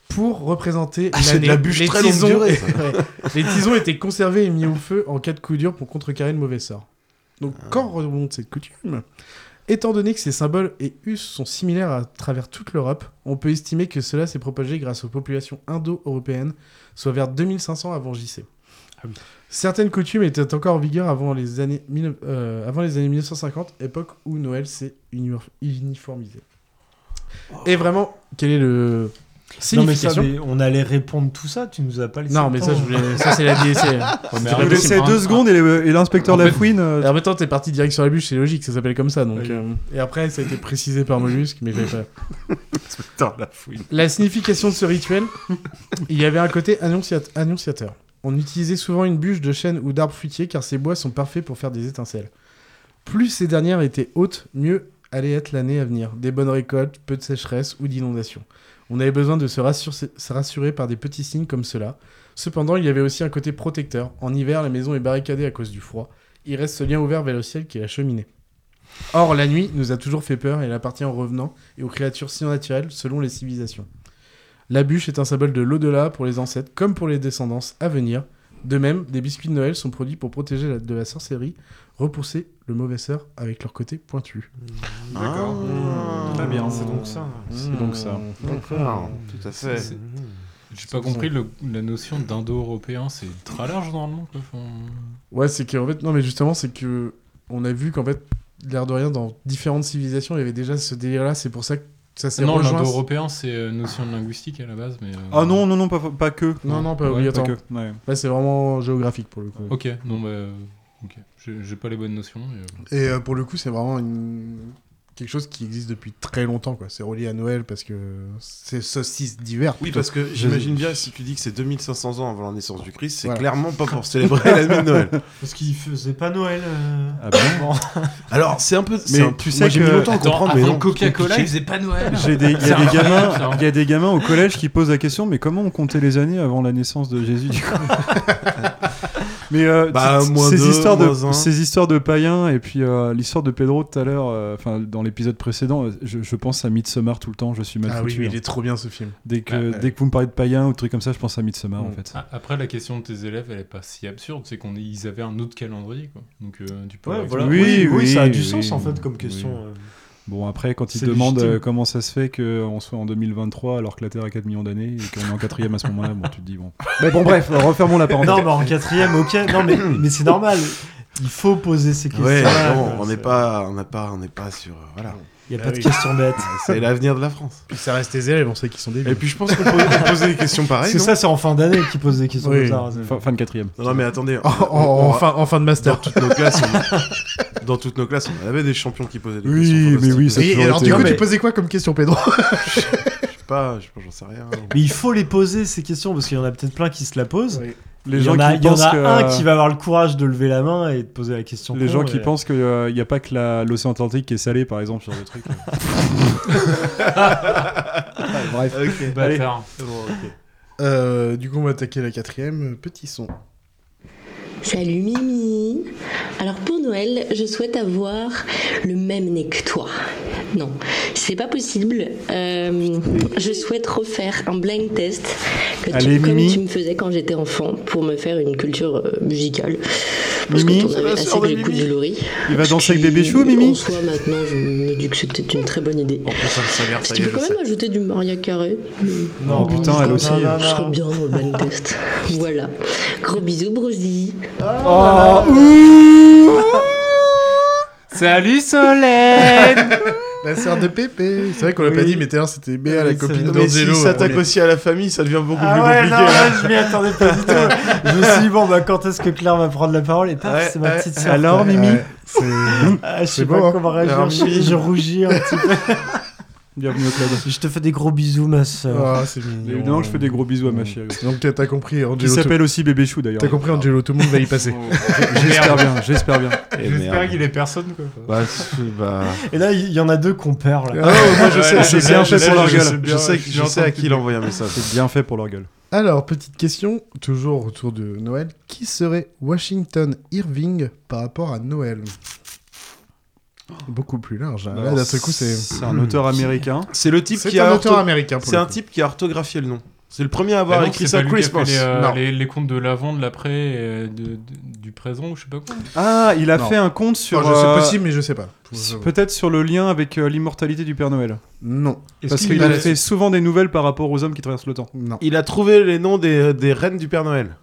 Speaker 4: pour représenter
Speaker 6: Ah, c'est de
Speaker 4: l'année.
Speaker 6: la bûche
Speaker 4: les
Speaker 6: très longue
Speaker 4: tisons...
Speaker 6: durée, ça.
Speaker 4: Ouais. les tisons étaient conservés et mis au feu en cas de coup dur pour contrecarrer le mauvais sort. Donc
Speaker 3: Ah.
Speaker 4: quand remonte cette coutume Étant donné que ces symboles et us sont similaires à travers toute l'Europe, on peut estimer que cela s'est propagé grâce aux populations indo-européennes, soit vers 2500 avant JC.
Speaker 3: Ah
Speaker 4: Certaines coutumes étaient encore en vigueur avant les années, mille- euh, avant les années 1950, époque où Noël s'est uni- uniformisé. Et vraiment, quel est le
Speaker 3: Oh. Non, mais, ça,
Speaker 4: signification
Speaker 3: mais on allait répondre tout ça, tu nous as pas laissé.
Speaker 4: non,
Speaker 3: le
Speaker 4: mais
Speaker 3: temps.
Speaker 4: ça, je voulais... ça c'est la E. DSC.
Speaker 5: mais
Speaker 7: Je
Speaker 5: arrête,
Speaker 7: laissais
Speaker 5: c'est
Speaker 7: deux
Speaker 5: un-
Speaker 7: secondes et le- et l'inspecteur
Speaker 5: En fait-
Speaker 7: Lafouine. euh,
Speaker 4: en même temps, t'es parti direct sur la bûche, c'est logique, ça s'appelle comme ça. Donc,
Speaker 7: Oui.
Speaker 4: euh, Et après, ça a été précisé par Mollusque, mais j'avais pas.
Speaker 6: Putain, la fouine.
Speaker 4: La signification de ce rituel, il y avait un côté annonciat- annonciateur. On utilisait souvent une bûche de chêne ou d'arbre fruitier car ces bois sont parfaits pour faire des étincelles. Plus ces dernières étaient hautes, mieux allait être l'année à venir. Des bonnes récoltes, peu de sécheresse ou d'inondations. On avait besoin de se, rassure- se rassurer par des petits signes comme cela. Cependant, il y avait aussi un côté protecteur. En hiver, la maison est barricadée à cause du froid. Il reste ce lien ouvert vers le ciel qui est la cheminée. Or, la nuit nous a toujours fait peur et elle appartient aux revenants et aux créatures surnaturelles selon les civilisations. La bûche est un symbole de l'au-delà pour les ancêtres comme pour les descendants à venir. De même, des biscuits de Noël sont produits pour protéger la- de la sorcellerie, repousser le mauvais sort avec leur côté pointu.
Speaker 6: D'accord.
Speaker 7: Ah,
Speaker 3: Très bien, c'est donc ça.
Speaker 7: hein.
Speaker 4: C'est donc ça.
Speaker 6: D'accord, Ah. tout à fait.
Speaker 5: C'est- Ah, J'ai pas compris le- la notion d'indo-européen, c'est très large normalement. Quoi. Enfin,
Speaker 4: Ouais, c'est qu'en fait, non, mais justement, c'est que on a vu qu'en fait, l'air de rien, dans différentes civilisations, il y avait déjà ce délire-là. C'est pour ça que ça s'est
Speaker 5: Non,
Speaker 4: rejoint.
Speaker 5: l'indo-européen, c'est euh, notion de linguistique à la base. mais... euh,
Speaker 7: Ah non, non, non, pas, pas que.
Speaker 4: Non, non, pas
Speaker 5: Ouais,
Speaker 4: obligatoire.
Speaker 7: Pas que. Ouais.
Speaker 4: Là, c'est vraiment géographique pour le coup.
Speaker 5: Ok, non, bah. euh, Ok, j'ai j'ai pas les bonnes notions. mais, euh,
Speaker 4: Et euh, pour le coup, c'est vraiment une- quelque chose qui existe depuis très longtemps. quoi. C'est relié à Noël parce que c'est saucisse d'hiver.
Speaker 6: Oui,
Speaker 4: plutôt.
Speaker 6: parce que j'imagine bien si tu dis que c'est 2500 ans avant la naissance du Christ, c'est
Speaker 4: Voilà.
Speaker 6: clairement pas pour célébrer la nuit de Noël.
Speaker 3: Parce qu'il faisait pas Noël. euh.
Speaker 7: Ah bon
Speaker 6: Alors, c'est un peu.
Speaker 7: Mais
Speaker 6: c'est un-
Speaker 7: tu
Speaker 6: moi,
Speaker 7: sais
Speaker 6: j'ai
Speaker 7: que-
Speaker 6: mis longtemps à comprendre, mais non.
Speaker 5: Coca-Cola,
Speaker 6: compliqué.
Speaker 5: ils faisaient pas Noël.
Speaker 7: J'ai des, il y
Speaker 5: C'est
Speaker 7: a des
Speaker 5: incroyable,
Speaker 7: gamins,
Speaker 5: ça.
Speaker 4: hein.
Speaker 7: il y a des gamins au collège qui posent la question, mais comment on comptait les années avant la naissance de Jésus du coup Mais euh,
Speaker 6: Bah,
Speaker 7: ces-
Speaker 6: moins
Speaker 7: ces
Speaker 6: deux,
Speaker 7: histoires de
Speaker 6: moins un.
Speaker 7: ces histoires de païens et puis euh, l'histoire de Pedro tout à l'heure, euh, enfin dans l'épisode précédent, euh, je, je pense à Midsommar tout le temps. Je suis mal
Speaker 4: Ah oui,
Speaker 7: foutu.
Speaker 4: mais
Speaker 7: hein.
Speaker 4: il est trop bien ce film.
Speaker 7: Dès que
Speaker 5: Bah, ouais.
Speaker 7: dès que vous me parlez de païens ou de trucs comme ça, je pense à Midsommar en
Speaker 4: Mm.
Speaker 7: fait.
Speaker 5: Ah, Après, la question de tes élèves, elle est pas si absurde. C'est qu'on est- ils avaient un autre calendrier, quoi. Donc, euh, tu peux.
Speaker 3: Ouais,
Speaker 5: leur
Speaker 3: voilà.
Speaker 5: expliquer.
Speaker 3: Oui, oui,
Speaker 7: oui,
Speaker 3: ça a du
Speaker 7: oui,
Speaker 3: sens en
Speaker 7: oui.
Speaker 3: fait comme question. euh.
Speaker 7: Bon après, quand ils
Speaker 3: C'est
Speaker 7: demandent
Speaker 3: légitime.
Speaker 7: euh, comment ça se fait qu'on soit en 2023 alors que la Terre a 4 millions d'années et qu'on est en quatrième à ce moment-là, bon tu te dis bon. Mais bon bref, refermons la parenthèse.
Speaker 3: Non, mais en quatrième, ok. Non, mais, mais c'est normal. Il faut poser ces questions.
Speaker 6: Ouais, bon, on n'est pas, on n'a pas, on n'est pas sur. euh, Voilà,
Speaker 3: Il
Speaker 4: Ah
Speaker 3: n'y a pas de questions bêtes.
Speaker 6: c'est l'avenir de la France.
Speaker 4: Puis ça reste tes élèves, on sait qu'ils sont débiles.
Speaker 6: Et puis je pense qu'on peut on poser des questions
Speaker 3: Parce
Speaker 6: pareilles.
Speaker 3: que
Speaker 6: Non,
Speaker 3: ça, c'est en fin d'année qu'ils posent des questions
Speaker 4: Oui.
Speaker 3: comme ça, hein, Razan.
Speaker 7: Fin, fin de quatrième.
Speaker 6: non, non, mais attendez.
Speaker 4: en, en-
Speaker 6: oh,
Speaker 4: en fin, en fin de
Speaker 6: dans
Speaker 4: master.
Speaker 6: toutes nos classes, on- dans toutes nos classes, on avait des champions qui posaient des
Speaker 7: Oui,
Speaker 6: questions.
Speaker 7: mais
Speaker 6: fantastiques.
Speaker 7: oui, ça-
Speaker 4: Et
Speaker 7: toujours
Speaker 4: alors,
Speaker 7: été-
Speaker 4: du coup,
Speaker 3: Non, mais-
Speaker 4: tu posais quoi comme question, Pedro
Speaker 6: Je sais pas, je- j'en sais rien.
Speaker 3: Mais il faut les poser ces questions parce qu'il y en a peut-être plein qui se la posent.
Speaker 7: Les
Speaker 3: il y
Speaker 7: gens
Speaker 3: en a,
Speaker 7: qui
Speaker 3: il y en
Speaker 7: pensent
Speaker 3: a
Speaker 7: que
Speaker 6: euh,
Speaker 3: un qui va avoir le courage de lever la main et de poser la question.
Speaker 7: Les
Speaker 3: con,
Speaker 7: gens qui
Speaker 3: et-
Speaker 7: pensent qu'il n'y a pas que la- l'océan Atlantique qui est salé, par exemple, sur le truc. euh.
Speaker 4: Bref.
Speaker 6: Ok.
Speaker 5: Bâtard.
Speaker 4: Euh, du coup, on va attaquer la quatrième. Petit son.
Speaker 10: Salut Mimi Alors pour Noël, je souhaite avoir le même nez que toi. Non, c'est pas possible. Euh, je souhaite refaire un blind test que tu,
Speaker 7: Allez,
Speaker 10: comme
Speaker 7: Mimi.
Speaker 10: tu me faisais quand j'étais enfant pour me faire une culture euh, musicale. Parce
Speaker 7: Mimi,
Speaker 10: que t'en
Speaker 7: c'est
Speaker 10: avais
Speaker 6: la
Speaker 10: assez
Speaker 6: sœur
Speaker 10: que
Speaker 6: de
Speaker 10: les coups
Speaker 6: Mimi.
Speaker 10: du lorry.
Speaker 7: Il va danser avec
Speaker 10: Puis,
Speaker 7: Bébé Chou, Mimi
Speaker 10: En soi, maintenant, je me dis que c'était une très bonne idée.
Speaker 6: En plus, ça me s'avère,
Speaker 10: Parce
Speaker 6: ça
Speaker 10: qu'il
Speaker 6: y est,
Speaker 10: peut
Speaker 6: je
Speaker 10: quand
Speaker 6: sais.
Speaker 10: même ajouter du Maria Carré.
Speaker 7: Non, Oh, putain, elle aussi. euh.
Speaker 3: Non, non,
Speaker 10: Je serais
Speaker 7: Ah.
Speaker 3: non.
Speaker 10: bien dans le blind test. Voilà. Gros bisous, brosi.
Speaker 6: Oh,
Speaker 5: Salut Solène
Speaker 4: La sœur de Pépé. C'est vrai qu'on l'a pas
Speaker 3: Oui.
Speaker 4: dit, mais tout à l'heure, c'était Béa, la
Speaker 3: Oui, c'est
Speaker 4: copine
Speaker 3: vrai.
Speaker 6: Ah, Mais
Speaker 4: d'Angelo.
Speaker 6: si
Speaker 4: au
Speaker 6: ça s'attaque
Speaker 4: premier.
Speaker 6: aussi à la famille, ça devient beaucoup
Speaker 3: Ah
Speaker 6: plus
Speaker 3: ouais, non,
Speaker 6: compliqué. hein.
Speaker 3: là, je m'y attendais pas du tout. je me suis dit, bon, bah, quand est-ce que Claire va prendre la parole Et paf,
Speaker 6: Ouais,
Speaker 3: c'est ma
Speaker 6: ouais,
Speaker 3: petite sœur.
Speaker 7: Alors, Mimi
Speaker 4: Ouais, c'est-
Speaker 3: Ah, je
Speaker 4: C'est
Speaker 3: sais
Speaker 4: beau,
Speaker 3: pas
Speaker 4: hein.
Speaker 3: comment
Speaker 6: Alors,
Speaker 3: réagir, je,
Speaker 6: Mimi.
Speaker 3: je rougis un petit peu.
Speaker 7: Bienvenue au club.
Speaker 3: Je te fais des gros bisous, ma soeur.
Speaker 4: Ah, c'est mignon.
Speaker 7: Évidemment, que je fais des gros bisous à ma chérie.
Speaker 4: Donc t'as t'as compris, Angelo.
Speaker 7: Qui
Speaker 4: tout-
Speaker 7: s'appelle aussi Bébé Chou d'ailleurs.
Speaker 4: T'as compris, Angelo, tout le monde va y passer.
Speaker 7: J'espère bien, j'espère bien.
Speaker 6: Eh,
Speaker 5: J'espère
Speaker 6: merde.
Speaker 5: qu'il est personne, quoi.
Speaker 6: Bah, c'est- bah...
Speaker 3: Et là, il y en a deux qu'on perd, là.
Speaker 4: Ah, ouais, moi, je
Speaker 5: Ouais,
Speaker 4: sais,
Speaker 5: là,
Speaker 4: c'est
Speaker 5: je-
Speaker 4: bien
Speaker 5: là,
Speaker 4: fait
Speaker 5: je-
Speaker 4: pour
Speaker 5: là,
Speaker 4: leur
Speaker 5: je-
Speaker 4: gueule.
Speaker 5: sais
Speaker 6: Je
Speaker 5: bien,
Speaker 6: sais,
Speaker 5: je
Speaker 6: je sais à
Speaker 5: l'entends.
Speaker 6: qui il a envoyé un message.
Speaker 7: C'est bien fait pour leur gueule.
Speaker 4: Alors, petite question, toujours autour de Noël. Qui serait Washington Irving par rapport à Noël Beaucoup plus large. hein. Là, d'un seul coup, c'est.
Speaker 7: C'est un auteur américain.
Speaker 6: C'est le type
Speaker 4: C'est
Speaker 6: qui
Speaker 4: un
Speaker 6: a
Speaker 4: auteur
Speaker 6: ortho-
Speaker 4: américain. pour
Speaker 6: C'est
Speaker 4: le
Speaker 6: un
Speaker 4: coup.
Speaker 6: type qui a orthographié le nom. C'est le premier à avoir
Speaker 5: Bah non,
Speaker 6: écrit
Speaker 5: c'est
Speaker 6: ça
Speaker 5: pas lui qui a fait
Speaker 6: Christmas.
Speaker 5: Les, euh,
Speaker 4: Non.
Speaker 5: les, les comptes de l'avant, de l'après, euh, de- de- du présent, ou je sais pas quoi.
Speaker 7: Ah, il a
Speaker 4: Non.
Speaker 7: fait un compte sur.
Speaker 4: Enfin, je
Speaker 7: euh,
Speaker 4: sais possible, mais je sais pas.
Speaker 7: Peut-être sur le lien avec euh, l'immortalité du Père Noël.
Speaker 4: Non,
Speaker 7: Parce qu'il a fait souvent des nouvelles par rapport aux hommes qui traversent le temps.
Speaker 4: non.
Speaker 6: Il a trouvé les noms des, des reines du Père Noël.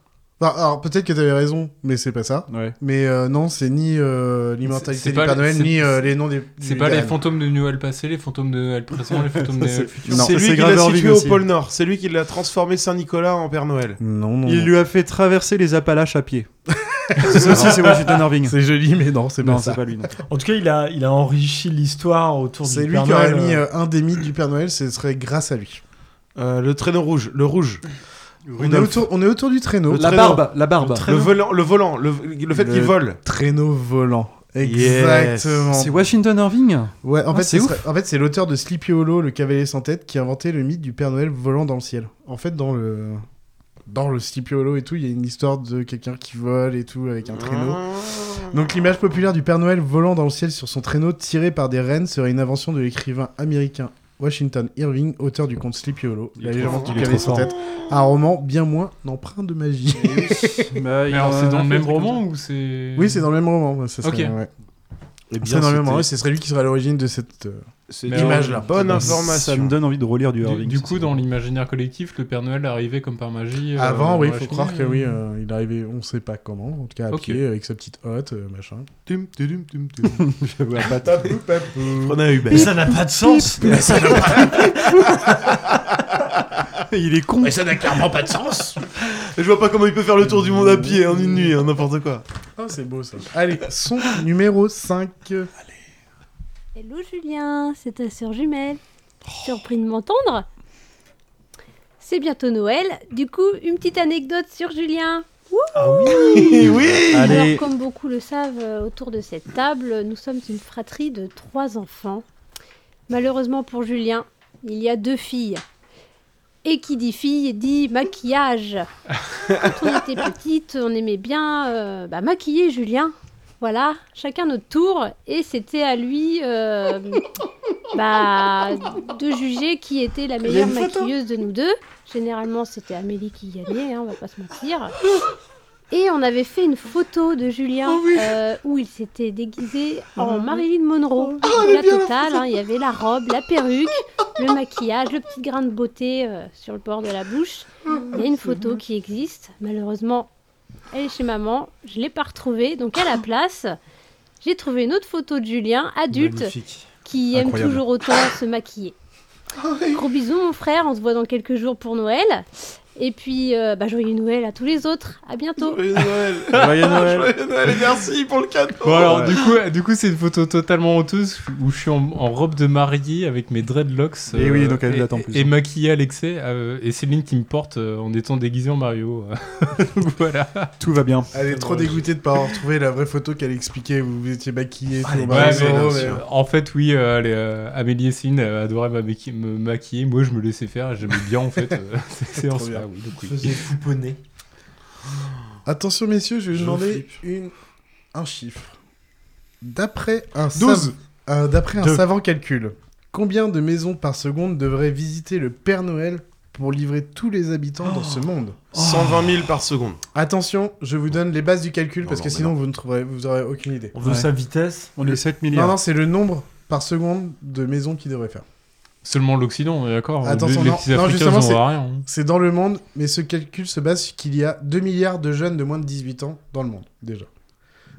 Speaker 4: Enfin, alors, peut-être que t'avais raison, mais c'est pas ça.
Speaker 7: Ouais.
Speaker 4: Mais euh, non, c'est ni euh,
Speaker 5: C'est- c'est
Speaker 4: l'immortalité du
Speaker 5: pas
Speaker 4: Père
Speaker 5: les-
Speaker 4: Noël,
Speaker 5: c'est-
Speaker 4: ni euh, les noms des.
Speaker 5: C'est
Speaker 4: du-
Speaker 5: pas
Speaker 4: des
Speaker 5: les
Speaker 4: reines.
Speaker 5: fantômes de Noël passé, les fantômes de Noël présent, les fantômes de Noël futur.
Speaker 7: Non,
Speaker 6: C'est
Speaker 7: ça,
Speaker 6: lui
Speaker 7: c'est
Speaker 6: qui l'a
Speaker 7: Graver-Vig
Speaker 6: situé
Speaker 7: aussi.
Speaker 6: au pôle Nord. C'est lui qui l'a transformé Saint-Nicolas en Père Noël.
Speaker 4: Non, non.
Speaker 7: Il lui a fait traverser les Appalaches à pied. ça aussi, c'est Washington Irving.
Speaker 4: C'est joli, mais non, c'est pas
Speaker 7: Non,
Speaker 4: ça.
Speaker 7: c'est pas lui. non.
Speaker 3: En tout cas, il a, il a enrichi l'histoire autour du
Speaker 4: C'est lui
Speaker 3: Père
Speaker 4: qui aurait
Speaker 3: Noël,
Speaker 4: mis
Speaker 3: euh,
Speaker 4: euh, un des mythes du Père Noël, ce serait grâce à lui.
Speaker 6: Euh, le traîneau rouge, le rouge,
Speaker 4: On est, autour, on est autour du traîneau.
Speaker 6: Le
Speaker 7: La
Speaker 6: traîneau.
Speaker 7: barbe, la barbe.
Speaker 6: le volant, le volant, le, le fait
Speaker 4: Le-
Speaker 6: qu'il vole.
Speaker 4: Traîneau volant.
Speaker 6: Yes.
Speaker 4: Exactement.
Speaker 7: C'est Washington Irving
Speaker 4: Ouais, en
Speaker 7: Ah,
Speaker 4: fait,
Speaker 7: c'est
Speaker 4: c'est en fait, c'est l'auteur de Sleepy Hollow, le cavalier sans tête, qui a inventé le mythe du Père Noël volant dans le ciel. En fait, dans le dans le Sleepy Hollow et tout, il y a une histoire de quelqu'un qui vole et tout avec un traîneau.
Speaker 6: Ah.
Speaker 4: Donc l'image populaire du Père Noël volant dans le ciel sur son traîneau tiré par des rennes serait une invention de l'écrivain américain Washington Irving, auteur du conte Sleepy Hollow,
Speaker 7: Il est
Speaker 4: la
Speaker 7: trop
Speaker 4: légende
Speaker 7: fort.
Speaker 4: du
Speaker 7: Il est
Speaker 4: cavalier
Speaker 7: trop
Speaker 4: sans
Speaker 7: fort.
Speaker 4: tête, un roman bien moins empreint de magie.
Speaker 7: Bah, il
Speaker 5: Mais alors,
Speaker 7: en a
Speaker 5: c'est
Speaker 7: fait
Speaker 5: dans le
Speaker 7: un
Speaker 5: même
Speaker 7: truc comme
Speaker 5: roman ou c'est.
Speaker 4: oui, c'est dans le même roman. Ça serait,
Speaker 5: Ok.
Speaker 4: ouais.
Speaker 6: Eh bien,
Speaker 4: C'est dans le même roman,
Speaker 6: c'était-
Speaker 4: et ce serait lui qui serait à l'origine de cette euh,
Speaker 6: c'est
Speaker 5: Mais
Speaker 4: image-là.
Speaker 6: Bonne
Speaker 7: ça.
Speaker 6: information.
Speaker 7: Ça me donne envie de relire du
Speaker 5: Du,
Speaker 7: Irving.
Speaker 5: du
Speaker 7: ça,
Speaker 5: coup,
Speaker 7: c'est
Speaker 5: dans
Speaker 7: bon.
Speaker 5: l'imaginaire collectif, le Père Noël arrivait comme par magie. euh,
Speaker 4: Avant,
Speaker 5: dans
Speaker 4: oui,
Speaker 5: la
Speaker 4: faut
Speaker 5: cheminée,
Speaker 4: croire que
Speaker 5: euh.
Speaker 4: oui, euh, il arrivait, on sait pas comment, en tout cas à
Speaker 5: Ok.
Speaker 4: pied, avec sa petite hotte, euh, machin.
Speaker 6: Tum, tudum, tum, tum.
Speaker 7: J'avoue, à patte.
Speaker 6: Prenez un Uber.
Speaker 3: Mais ça n'a pas de sens Mais ça n'a pas-
Speaker 7: Il est con.
Speaker 2: ça n'a clairement pas de sens.
Speaker 6: Je vois pas comment il peut faire le tour du monde à pied en une nuit, hein, n'importe quoi.
Speaker 4: Ah, c'est beau ça. Allez, son numéro 5.
Speaker 11: Hello Julien, c'est ta sœur jumelle. Surpris de m'entendre C'est bientôt Noël, du coup, une petite anecdote sur Julien. Alors,
Speaker 7: Allez.
Speaker 11: comme beaucoup le savent, euh, autour de cette table, nous sommes une fratrie de trois enfants. Malheureusement pour Julien, il y a deux filles. Et qui dit fille dit maquillage. Quand on était petite, on aimait bien euh, bah, maquiller Julien. Voilà, chacun notre tour. Et c'était à lui euh, bah, de juger qui était la meilleure maquilleuse de nous deux. Généralement, c'était Amélie qui gagnait, hein, on va pas se mentir. Et on avait fait une photo de Julien euh, où il s'était déguisé en Marilyn Monroe. la totale, hein, il y avait la robe, la perruque, le maquillage, le petit grain de beauté euh, sur le bord de la bouche. Il y a une photo qui existe. Malheureusement, elle est chez maman. Je l'ai pas retrouvée. Donc à la place, j'ai trouvé une autre photo de Julien, adulte, qui aime
Speaker 7: Incroyable.
Speaker 11: toujours autant se maquiller. Gros bisous mon frère, on se voit dans quelques jours pour Noël. Et puis, euh, bah, joyeux Noël à tous les autres. À bientôt.
Speaker 6: Joyeux Noël.
Speaker 7: Joyeux Noël.
Speaker 6: Joyeux Noël et merci pour le cadeau.
Speaker 7: Oh,
Speaker 5: Bon, alors, du coup, du coup, c'est une photo totalement honteuse où je suis en, en robe de mariée avec mes dreadlocks. euh,
Speaker 7: Et oui, donc elle date en plus. hein.
Speaker 5: Et maquillée à l'excès. euh, et Céline qui me porte euh, en étant déguisée en Mario. euh, Donc voilà.
Speaker 7: Tout va bien.
Speaker 4: Elle est trop dégoûtée de pas avoir retrouvé la vraie photo qu'elle expliquait où vous étiez maquillé.
Speaker 6: Ah,
Speaker 4: tout, au
Speaker 5: Ouais,
Speaker 4: bras
Speaker 5: mais,
Speaker 7: hein,
Speaker 4: des
Speaker 5: euh,
Speaker 4: euros,
Speaker 5: en fait, oui, euh, les, euh, Amélie et Céline euh, adoraient ma- me, maquiller. Moi, je me laissais faire. et J'aimais bien, en fait, euh, ces séances
Speaker 4: bien.
Speaker 5: Oui, donc
Speaker 3: Je
Speaker 5: oui.
Speaker 3: faisais fouponner.
Speaker 4: mais- Attention, messieurs, je vais
Speaker 6: Je
Speaker 4: demander une... un chiffre. D'après un, sav-
Speaker 6: 12.
Speaker 4: euh, d'après un
Speaker 3: Deux.
Speaker 4: savant calcul, combien de maisons par seconde devrait visiter le Père Noël pour livrer tous les habitants dans
Speaker 6: Oh.
Speaker 4: ce monde
Speaker 6: 120 000 par seconde.
Speaker 4: Attention, je vous donne les bases du calcul
Speaker 6: Non,
Speaker 4: parce
Speaker 6: non,
Speaker 4: que
Speaker 6: mais
Speaker 4: sinon vous ne trouverez, vous aurez aucune idée.
Speaker 3: On veut
Speaker 7: Ouais.
Speaker 3: sa vitesse.
Speaker 7: On est 7
Speaker 4: Non,
Speaker 7: milliards.
Speaker 4: non, c'est le nombre par seconde de maisons qu'il devrait faire.
Speaker 5: Seulement l'Occident, on est d'accord.
Speaker 4: Attention,
Speaker 5: les,
Speaker 4: non.
Speaker 5: petits
Speaker 4: Non,
Speaker 5: Africains,
Speaker 4: justement,
Speaker 5: ils en voient rien. hein.
Speaker 4: C'est dans le monde, mais ce calcul se base sur qu'il y a 2 milliards de jeunes de moins de 18 ans dans le monde, déjà.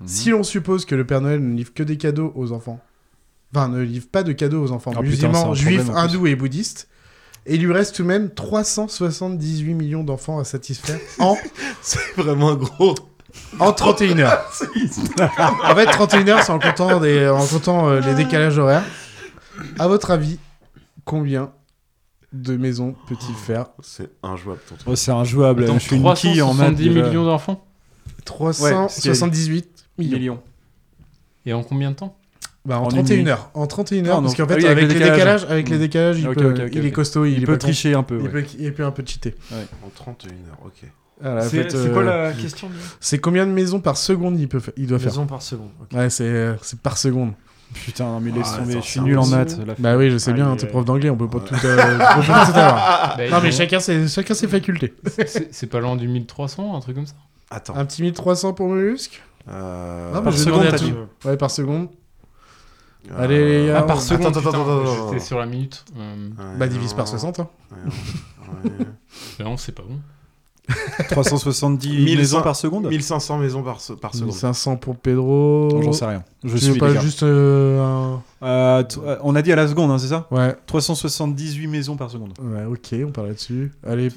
Speaker 7: Mhm.
Speaker 4: Si l'on suppose que le Père Noël ne livre que des cadeaux aux enfants, enfin, ne livre pas de cadeaux aux enfants
Speaker 7: Ah, putain, c'est un
Speaker 4: musulmans,
Speaker 7: problème,
Speaker 4: juifs,
Speaker 7: en plus.
Speaker 4: hindous et bouddhistes, et il lui reste tout de même 378 millions d'enfants à satisfaire en,
Speaker 6: C'est vraiment gros.
Speaker 4: en 31 heures. En fait, 31 heures, c'est en comptant, des, en comptant euh, les décalages horaires. À votre avis, Combien de maisons peut-il faire
Speaker 6: C'est injouable ton truc.
Speaker 7: Oh, c'est injouable.
Speaker 6: Attends,
Speaker 7: je suis une quille en maths.
Speaker 5: 370
Speaker 7: déjà.
Speaker 5: millions d'enfants
Speaker 4: 378 millions.
Speaker 5: Et en combien de temps
Speaker 4: Bah, en 31 heures. En 31 heures,
Speaker 5: Ah,
Speaker 4: parce
Speaker 5: non.
Speaker 4: qu'en fait,
Speaker 5: Ah oui,
Speaker 4: avec, les décalages,
Speaker 5: hein.
Speaker 4: avec
Speaker 5: Mm.
Speaker 4: les décalages, il,
Speaker 5: Ok,
Speaker 4: peut-
Speaker 5: ok, ok,
Speaker 4: il est
Speaker 5: ok.
Speaker 4: costaud, il,
Speaker 5: Il
Speaker 4: est
Speaker 5: peut
Speaker 4: pas con.
Speaker 5: tricher un peu,
Speaker 4: Il,
Speaker 5: ouais.
Speaker 4: peut, il peut un peu cheater.
Speaker 6: En 31 heures, ok.
Speaker 5: Ah,
Speaker 4: Voilà, en
Speaker 3: C'est-
Speaker 4: fait,
Speaker 3: c'est quoi
Speaker 5: euh,
Speaker 7: euh,
Speaker 3: la question, lui
Speaker 4: C'est combien de maisons par seconde il, peut fa- il doit faire
Speaker 3: Maisons par seconde,
Speaker 4: Ouais, c'est euh, c'est par seconde.
Speaker 7: Putain, non, mais laisse
Speaker 4: Ah,
Speaker 7: tomber,
Speaker 4: attends,
Speaker 7: je
Speaker 4: c'est
Speaker 7: suis nul en maths.
Speaker 4: impossible.
Speaker 7: la
Speaker 4: Bah oui, je sais
Speaker 7: Ah,
Speaker 4: bien,
Speaker 7: mais,
Speaker 4: t'es
Speaker 7: euh,
Speaker 4: prof d'anglais, on peut pas tout, euh, on peut pas tout avoir.
Speaker 7: Ah,
Speaker 5: Bah, ils
Speaker 4: non, mais
Speaker 5: ont-
Speaker 4: chacun ses, chacun ses facultés.
Speaker 5: C'est c'est pas l'an du 1300, un truc comme ça
Speaker 6: Attends.
Speaker 4: Un petit 1300 pour Mollusque
Speaker 6: Euh...
Speaker 4: Non, mais je vais demander à tout. Ouais, par seconde.
Speaker 6: bah,
Speaker 4: Allez, les gars,
Speaker 5: Ah, par
Speaker 4: on-
Speaker 5: seconde,
Speaker 4: Attends, attends,
Speaker 5: putain,
Speaker 4: attends, attends,
Speaker 5: J'étais
Speaker 4: attends.
Speaker 5: sur la minute. Euh,
Speaker 4: Bah, divise par 60, hein.
Speaker 5: Non, c'est pas bon.
Speaker 7: 370 maisons par seconde
Speaker 6: 1500 maisons par, se- par seconde.
Speaker 4: 1500 pour Pedro.
Speaker 7: Non, j'en sais rien. Je
Speaker 4: Tu
Speaker 7: suis
Speaker 4: veux pas
Speaker 7: les gars.
Speaker 4: juste euh, un-
Speaker 7: Euh, t- euh, on a dit à la seconde, hein, c'est ça
Speaker 4: Ouais.
Speaker 7: 378 maisons par seconde.
Speaker 4: Ouais, ok, on parle là-dessus. Allez.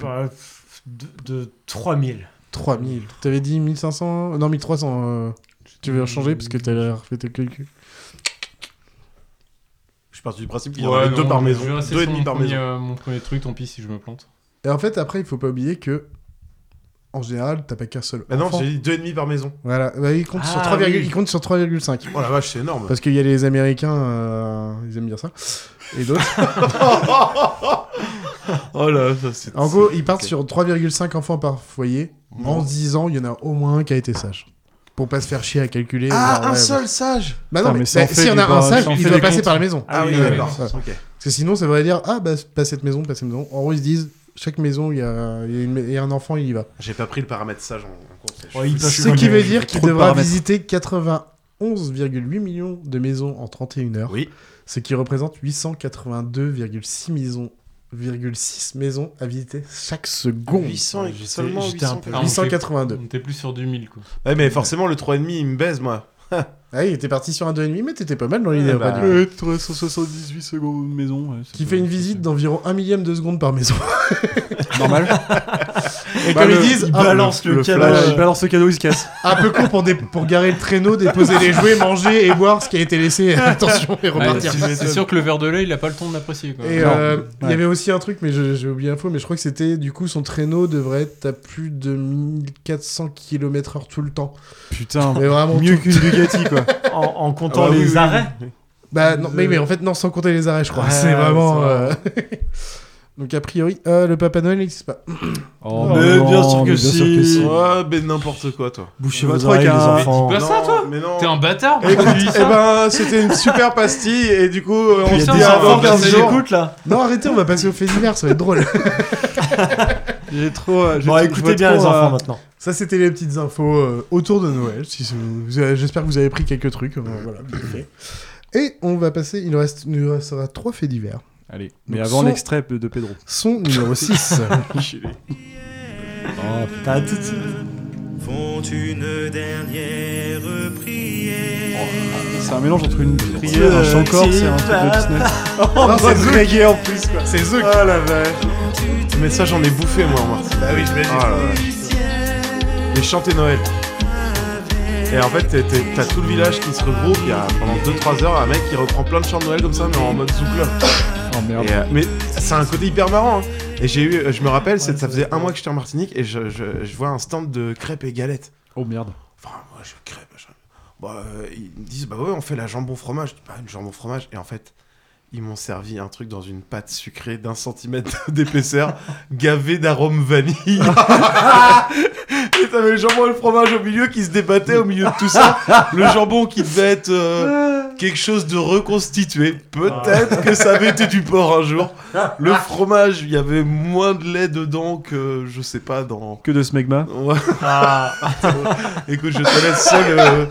Speaker 3: De, 3000.
Speaker 4: 3000. T'avais dit 1500 Non, 1300. euh, Tu veux changer parce que t'as refait tes calculs.
Speaker 6: Je suis parti du principe qu'il y en avait deux par maison. Deux et demi par maison.
Speaker 5: mon premier truc, tant pis si je me plante.
Speaker 4: Et en fait, après, il faut pas oublier que. En général, t'as pas qu'un seul.
Speaker 6: Bah non,
Speaker 4: enfant.
Speaker 6: j'ai dit deux et demi par maison.
Speaker 4: Voilà, bah, il, compte sur
Speaker 6: Ah,
Speaker 4: 3,
Speaker 6: oui.
Speaker 4: il compte sur 3,5.
Speaker 6: Oh la vache, c'est énorme.
Speaker 4: Parce qu'il y a les Américains, euh, ils aiment bien ça. Et d'autres.
Speaker 6: oh là, ça c'est.
Speaker 4: en gros,
Speaker 6: c'est-
Speaker 4: ils partent
Speaker 6: ok.
Speaker 4: sur 3,5 enfants par foyer. En
Speaker 6: Bon.
Speaker 4: 10 ans, il y en a au moins un qui a été sage. Pour pas se faire chier à calculer.
Speaker 6: Ah,
Speaker 4: genre,
Speaker 6: un
Speaker 4: ouais,
Speaker 6: seul
Speaker 4: bah-
Speaker 6: sage
Speaker 4: Bah non,
Speaker 6: Putain,
Speaker 4: mais,
Speaker 6: mais
Speaker 4: si
Speaker 6: ça en fait
Speaker 4: s'il y en
Speaker 6: des
Speaker 4: a un
Speaker 6: barrages,
Speaker 4: sage,
Speaker 6: ça en
Speaker 4: il
Speaker 6: fait
Speaker 4: doit
Speaker 6: des
Speaker 4: passer
Speaker 6: comptes.
Speaker 4: par la maison.
Speaker 6: Ah oui,
Speaker 4: Ouais,
Speaker 6: d'accord,
Speaker 4: ouais.
Speaker 6: ok.
Speaker 4: Parce que sinon, ça voudrait dire Ah, bah, pas cette maison, pas cette maison. En gros, ils se disent Chaque maison, il y a, il y a une- il y a un enfant, il y va.
Speaker 6: J'ai pas pris le paramètre sage en, en compte.
Speaker 3: Ouais, il passe
Speaker 4: Ce qui veut dire qu'il devra
Speaker 6: paramètres.
Speaker 4: visiter 91,8 millions de maisons en 31 heures.
Speaker 6: Oui.
Speaker 4: Ce qui représente 882,6 maisons. 6 maisons à visiter chaque seconde.
Speaker 6: 800 et seulement
Speaker 4: j'étais un peu-
Speaker 5: Ah, on
Speaker 4: 882.
Speaker 5: était- On était plus sur 2000, quoi.
Speaker 6: Ouais, mais forcément, le 3,5, il me baise, moi.
Speaker 4: Ah, il était parti sur un 2,5, mais t'étais pas mal dans l'idée.
Speaker 6: Ah,
Speaker 4: au pas
Speaker 6: bah.
Speaker 4: du tout.
Speaker 7: Ouais, 378 secondes maison. ouais, c'est
Speaker 4: Qui
Speaker 7: pas-
Speaker 4: fait une visite d'environ un millième de seconde par maison.
Speaker 7: Normal.
Speaker 4: Et
Speaker 7: Bah,
Speaker 4: comme
Speaker 7: le-
Speaker 4: ils disent,
Speaker 7: il
Speaker 4: ah,
Speaker 7: balance le cadeau,
Speaker 4: flash.
Speaker 7: il balance le cadeau, il se casse.
Speaker 4: Un peu court pour, dé- pour garer le traîneau, déposer les jouets, manger et boire ce qui a été laissé. Attention, et repartir.
Speaker 5: Ouais, c'est sûr que le verre de lait, il a pas le temps de l'apprécier, quoi.
Speaker 4: Et euh, il y avait aussi un truc, mais je- j'ai oublié l'info, mais je crois que c'était du coup son traîneau devrait être à plus de 1400 km/h tout le temps.
Speaker 7: Putain,
Speaker 4: Mais vraiment
Speaker 7: Ah, mieux
Speaker 4: tout-
Speaker 7: qu'une Bugatti, quoi.
Speaker 3: En, en comptant
Speaker 7: Ah bah oui,
Speaker 3: les
Speaker 7: oui, oui.
Speaker 3: arrêts
Speaker 4: Bah non, mais, mais en fait, non, sans compter les arrêts, je crois.
Speaker 3: Ah,
Speaker 4: c'est
Speaker 3: c'est
Speaker 4: vraiment.
Speaker 3: vrai.
Speaker 4: euh, Donc a priori, euh, le Papa Noël n'existe pas.
Speaker 7: Oh,
Speaker 6: mais
Speaker 7: non,
Speaker 6: bien sûr
Speaker 7: mais
Speaker 6: que
Speaker 7: bien
Speaker 6: si.
Speaker 7: sûr que si.
Speaker 6: Ouais, mais n'importe quoi, toi.
Speaker 7: Bouchez
Speaker 6: Ouais,
Speaker 7: vos
Speaker 6: toi,
Speaker 7: oreilles, les
Speaker 6: qu'un-
Speaker 7: enfants.
Speaker 5: Bah
Speaker 6: Non,
Speaker 5: ça, toi
Speaker 6: Mais non
Speaker 5: T'es un bâtard,
Speaker 6: Eh
Speaker 5: pourquoi tu dis
Speaker 6: eh
Speaker 5: ça
Speaker 6: ben, c'était une super pastille, et du coup, euh, on
Speaker 5: Puis il y a
Speaker 6: se
Speaker 5: des
Speaker 6: dit à
Speaker 5: enfants
Speaker 6: dans
Speaker 5: qui
Speaker 6: 15
Speaker 5: nous
Speaker 6: jours.
Speaker 3: Écoute là
Speaker 4: Non, arrêtez, on va passer au fait divers, ça va être drôle.
Speaker 7: J'ai trop. euh, j'ai
Speaker 3: Bon,
Speaker 7: trop- je
Speaker 3: écoutez
Speaker 7: vois
Speaker 3: bien les
Speaker 7: trop,
Speaker 3: enfants
Speaker 7: euh,
Speaker 3: maintenant.
Speaker 4: Ça, c'était les petites infos euh, autour de Noël. Si ça vous- vous avez- J'espère que vous avez pris quelques trucs. euh, voilà. Et on va passer. Il nous, reste... il nous restera trois faits divers.
Speaker 7: Allez, mais
Speaker 4: Donc,
Speaker 7: avant
Speaker 4: son-
Speaker 7: l'extrait de Pedro.
Speaker 4: Son numéro 6.
Speaker 7: Oh, putain.
Speaker 3: T'as tout de suite.
Speaker 12: Font une dernière prière.
Speaker 7: C'est un mélange entre une prière, un chant corse et un truc de business.
Speaker 6: Oh,
Speaker 4: Non, c'est
Speaker 6: c'est
Speaker 4: Zouk.
Speaker 6: reggae en plus, quoi.
Speaker 4: C'est Zouk.
Speaker 6: Oh la vache. Mais ça, j'en ai bouffé, moi, moi. Bah oui, je vais Mais chanter Noël. Et en fait, t'es- t'es- t'as tout le village qui se regroupe. Il y a pendant 2-3 heures un mec qui reprend plein de chants de Noël comme ça, mais en mode zouk là.
Speaker 7: Oh merde.
Speaker 6: Et, euh, mais c'est un côté hyper marrant. hein. Et j'ai eu, euh, je me rappelle, c'est- ça faisait un mois que j'étais en Martinique et je, je- je vois un stand de crêpes et galettes.
Speaker 7: Oh merde.
Speaker 6: Enfin, moi, je crêpes. je- Bah, euh, ils me disent, bah ouais, on fait la jambon fromage. Je dis, Bah, une jambon fromage. Et en fait, ils m'ont servi un truc dans une pâte sucrée d'un centimètre d'épaisseur, gavée d'arôme vanille. et t'avais le jambon et le fromage au milieu qui se débattaient au milieu de tout ça. Le jambon qui devait être euh, quelque chose de reconstitué. Peut-être que ça avait été du porc un jour. Le fromage, il y avait moins de lait dedans que, je sais pas, dans...
Speaker 7: Que de smegma.
Speaker 6: Ouais.
Speaker 3: Ah,
Speaker 6: Écoute, je te laisse seul, euh,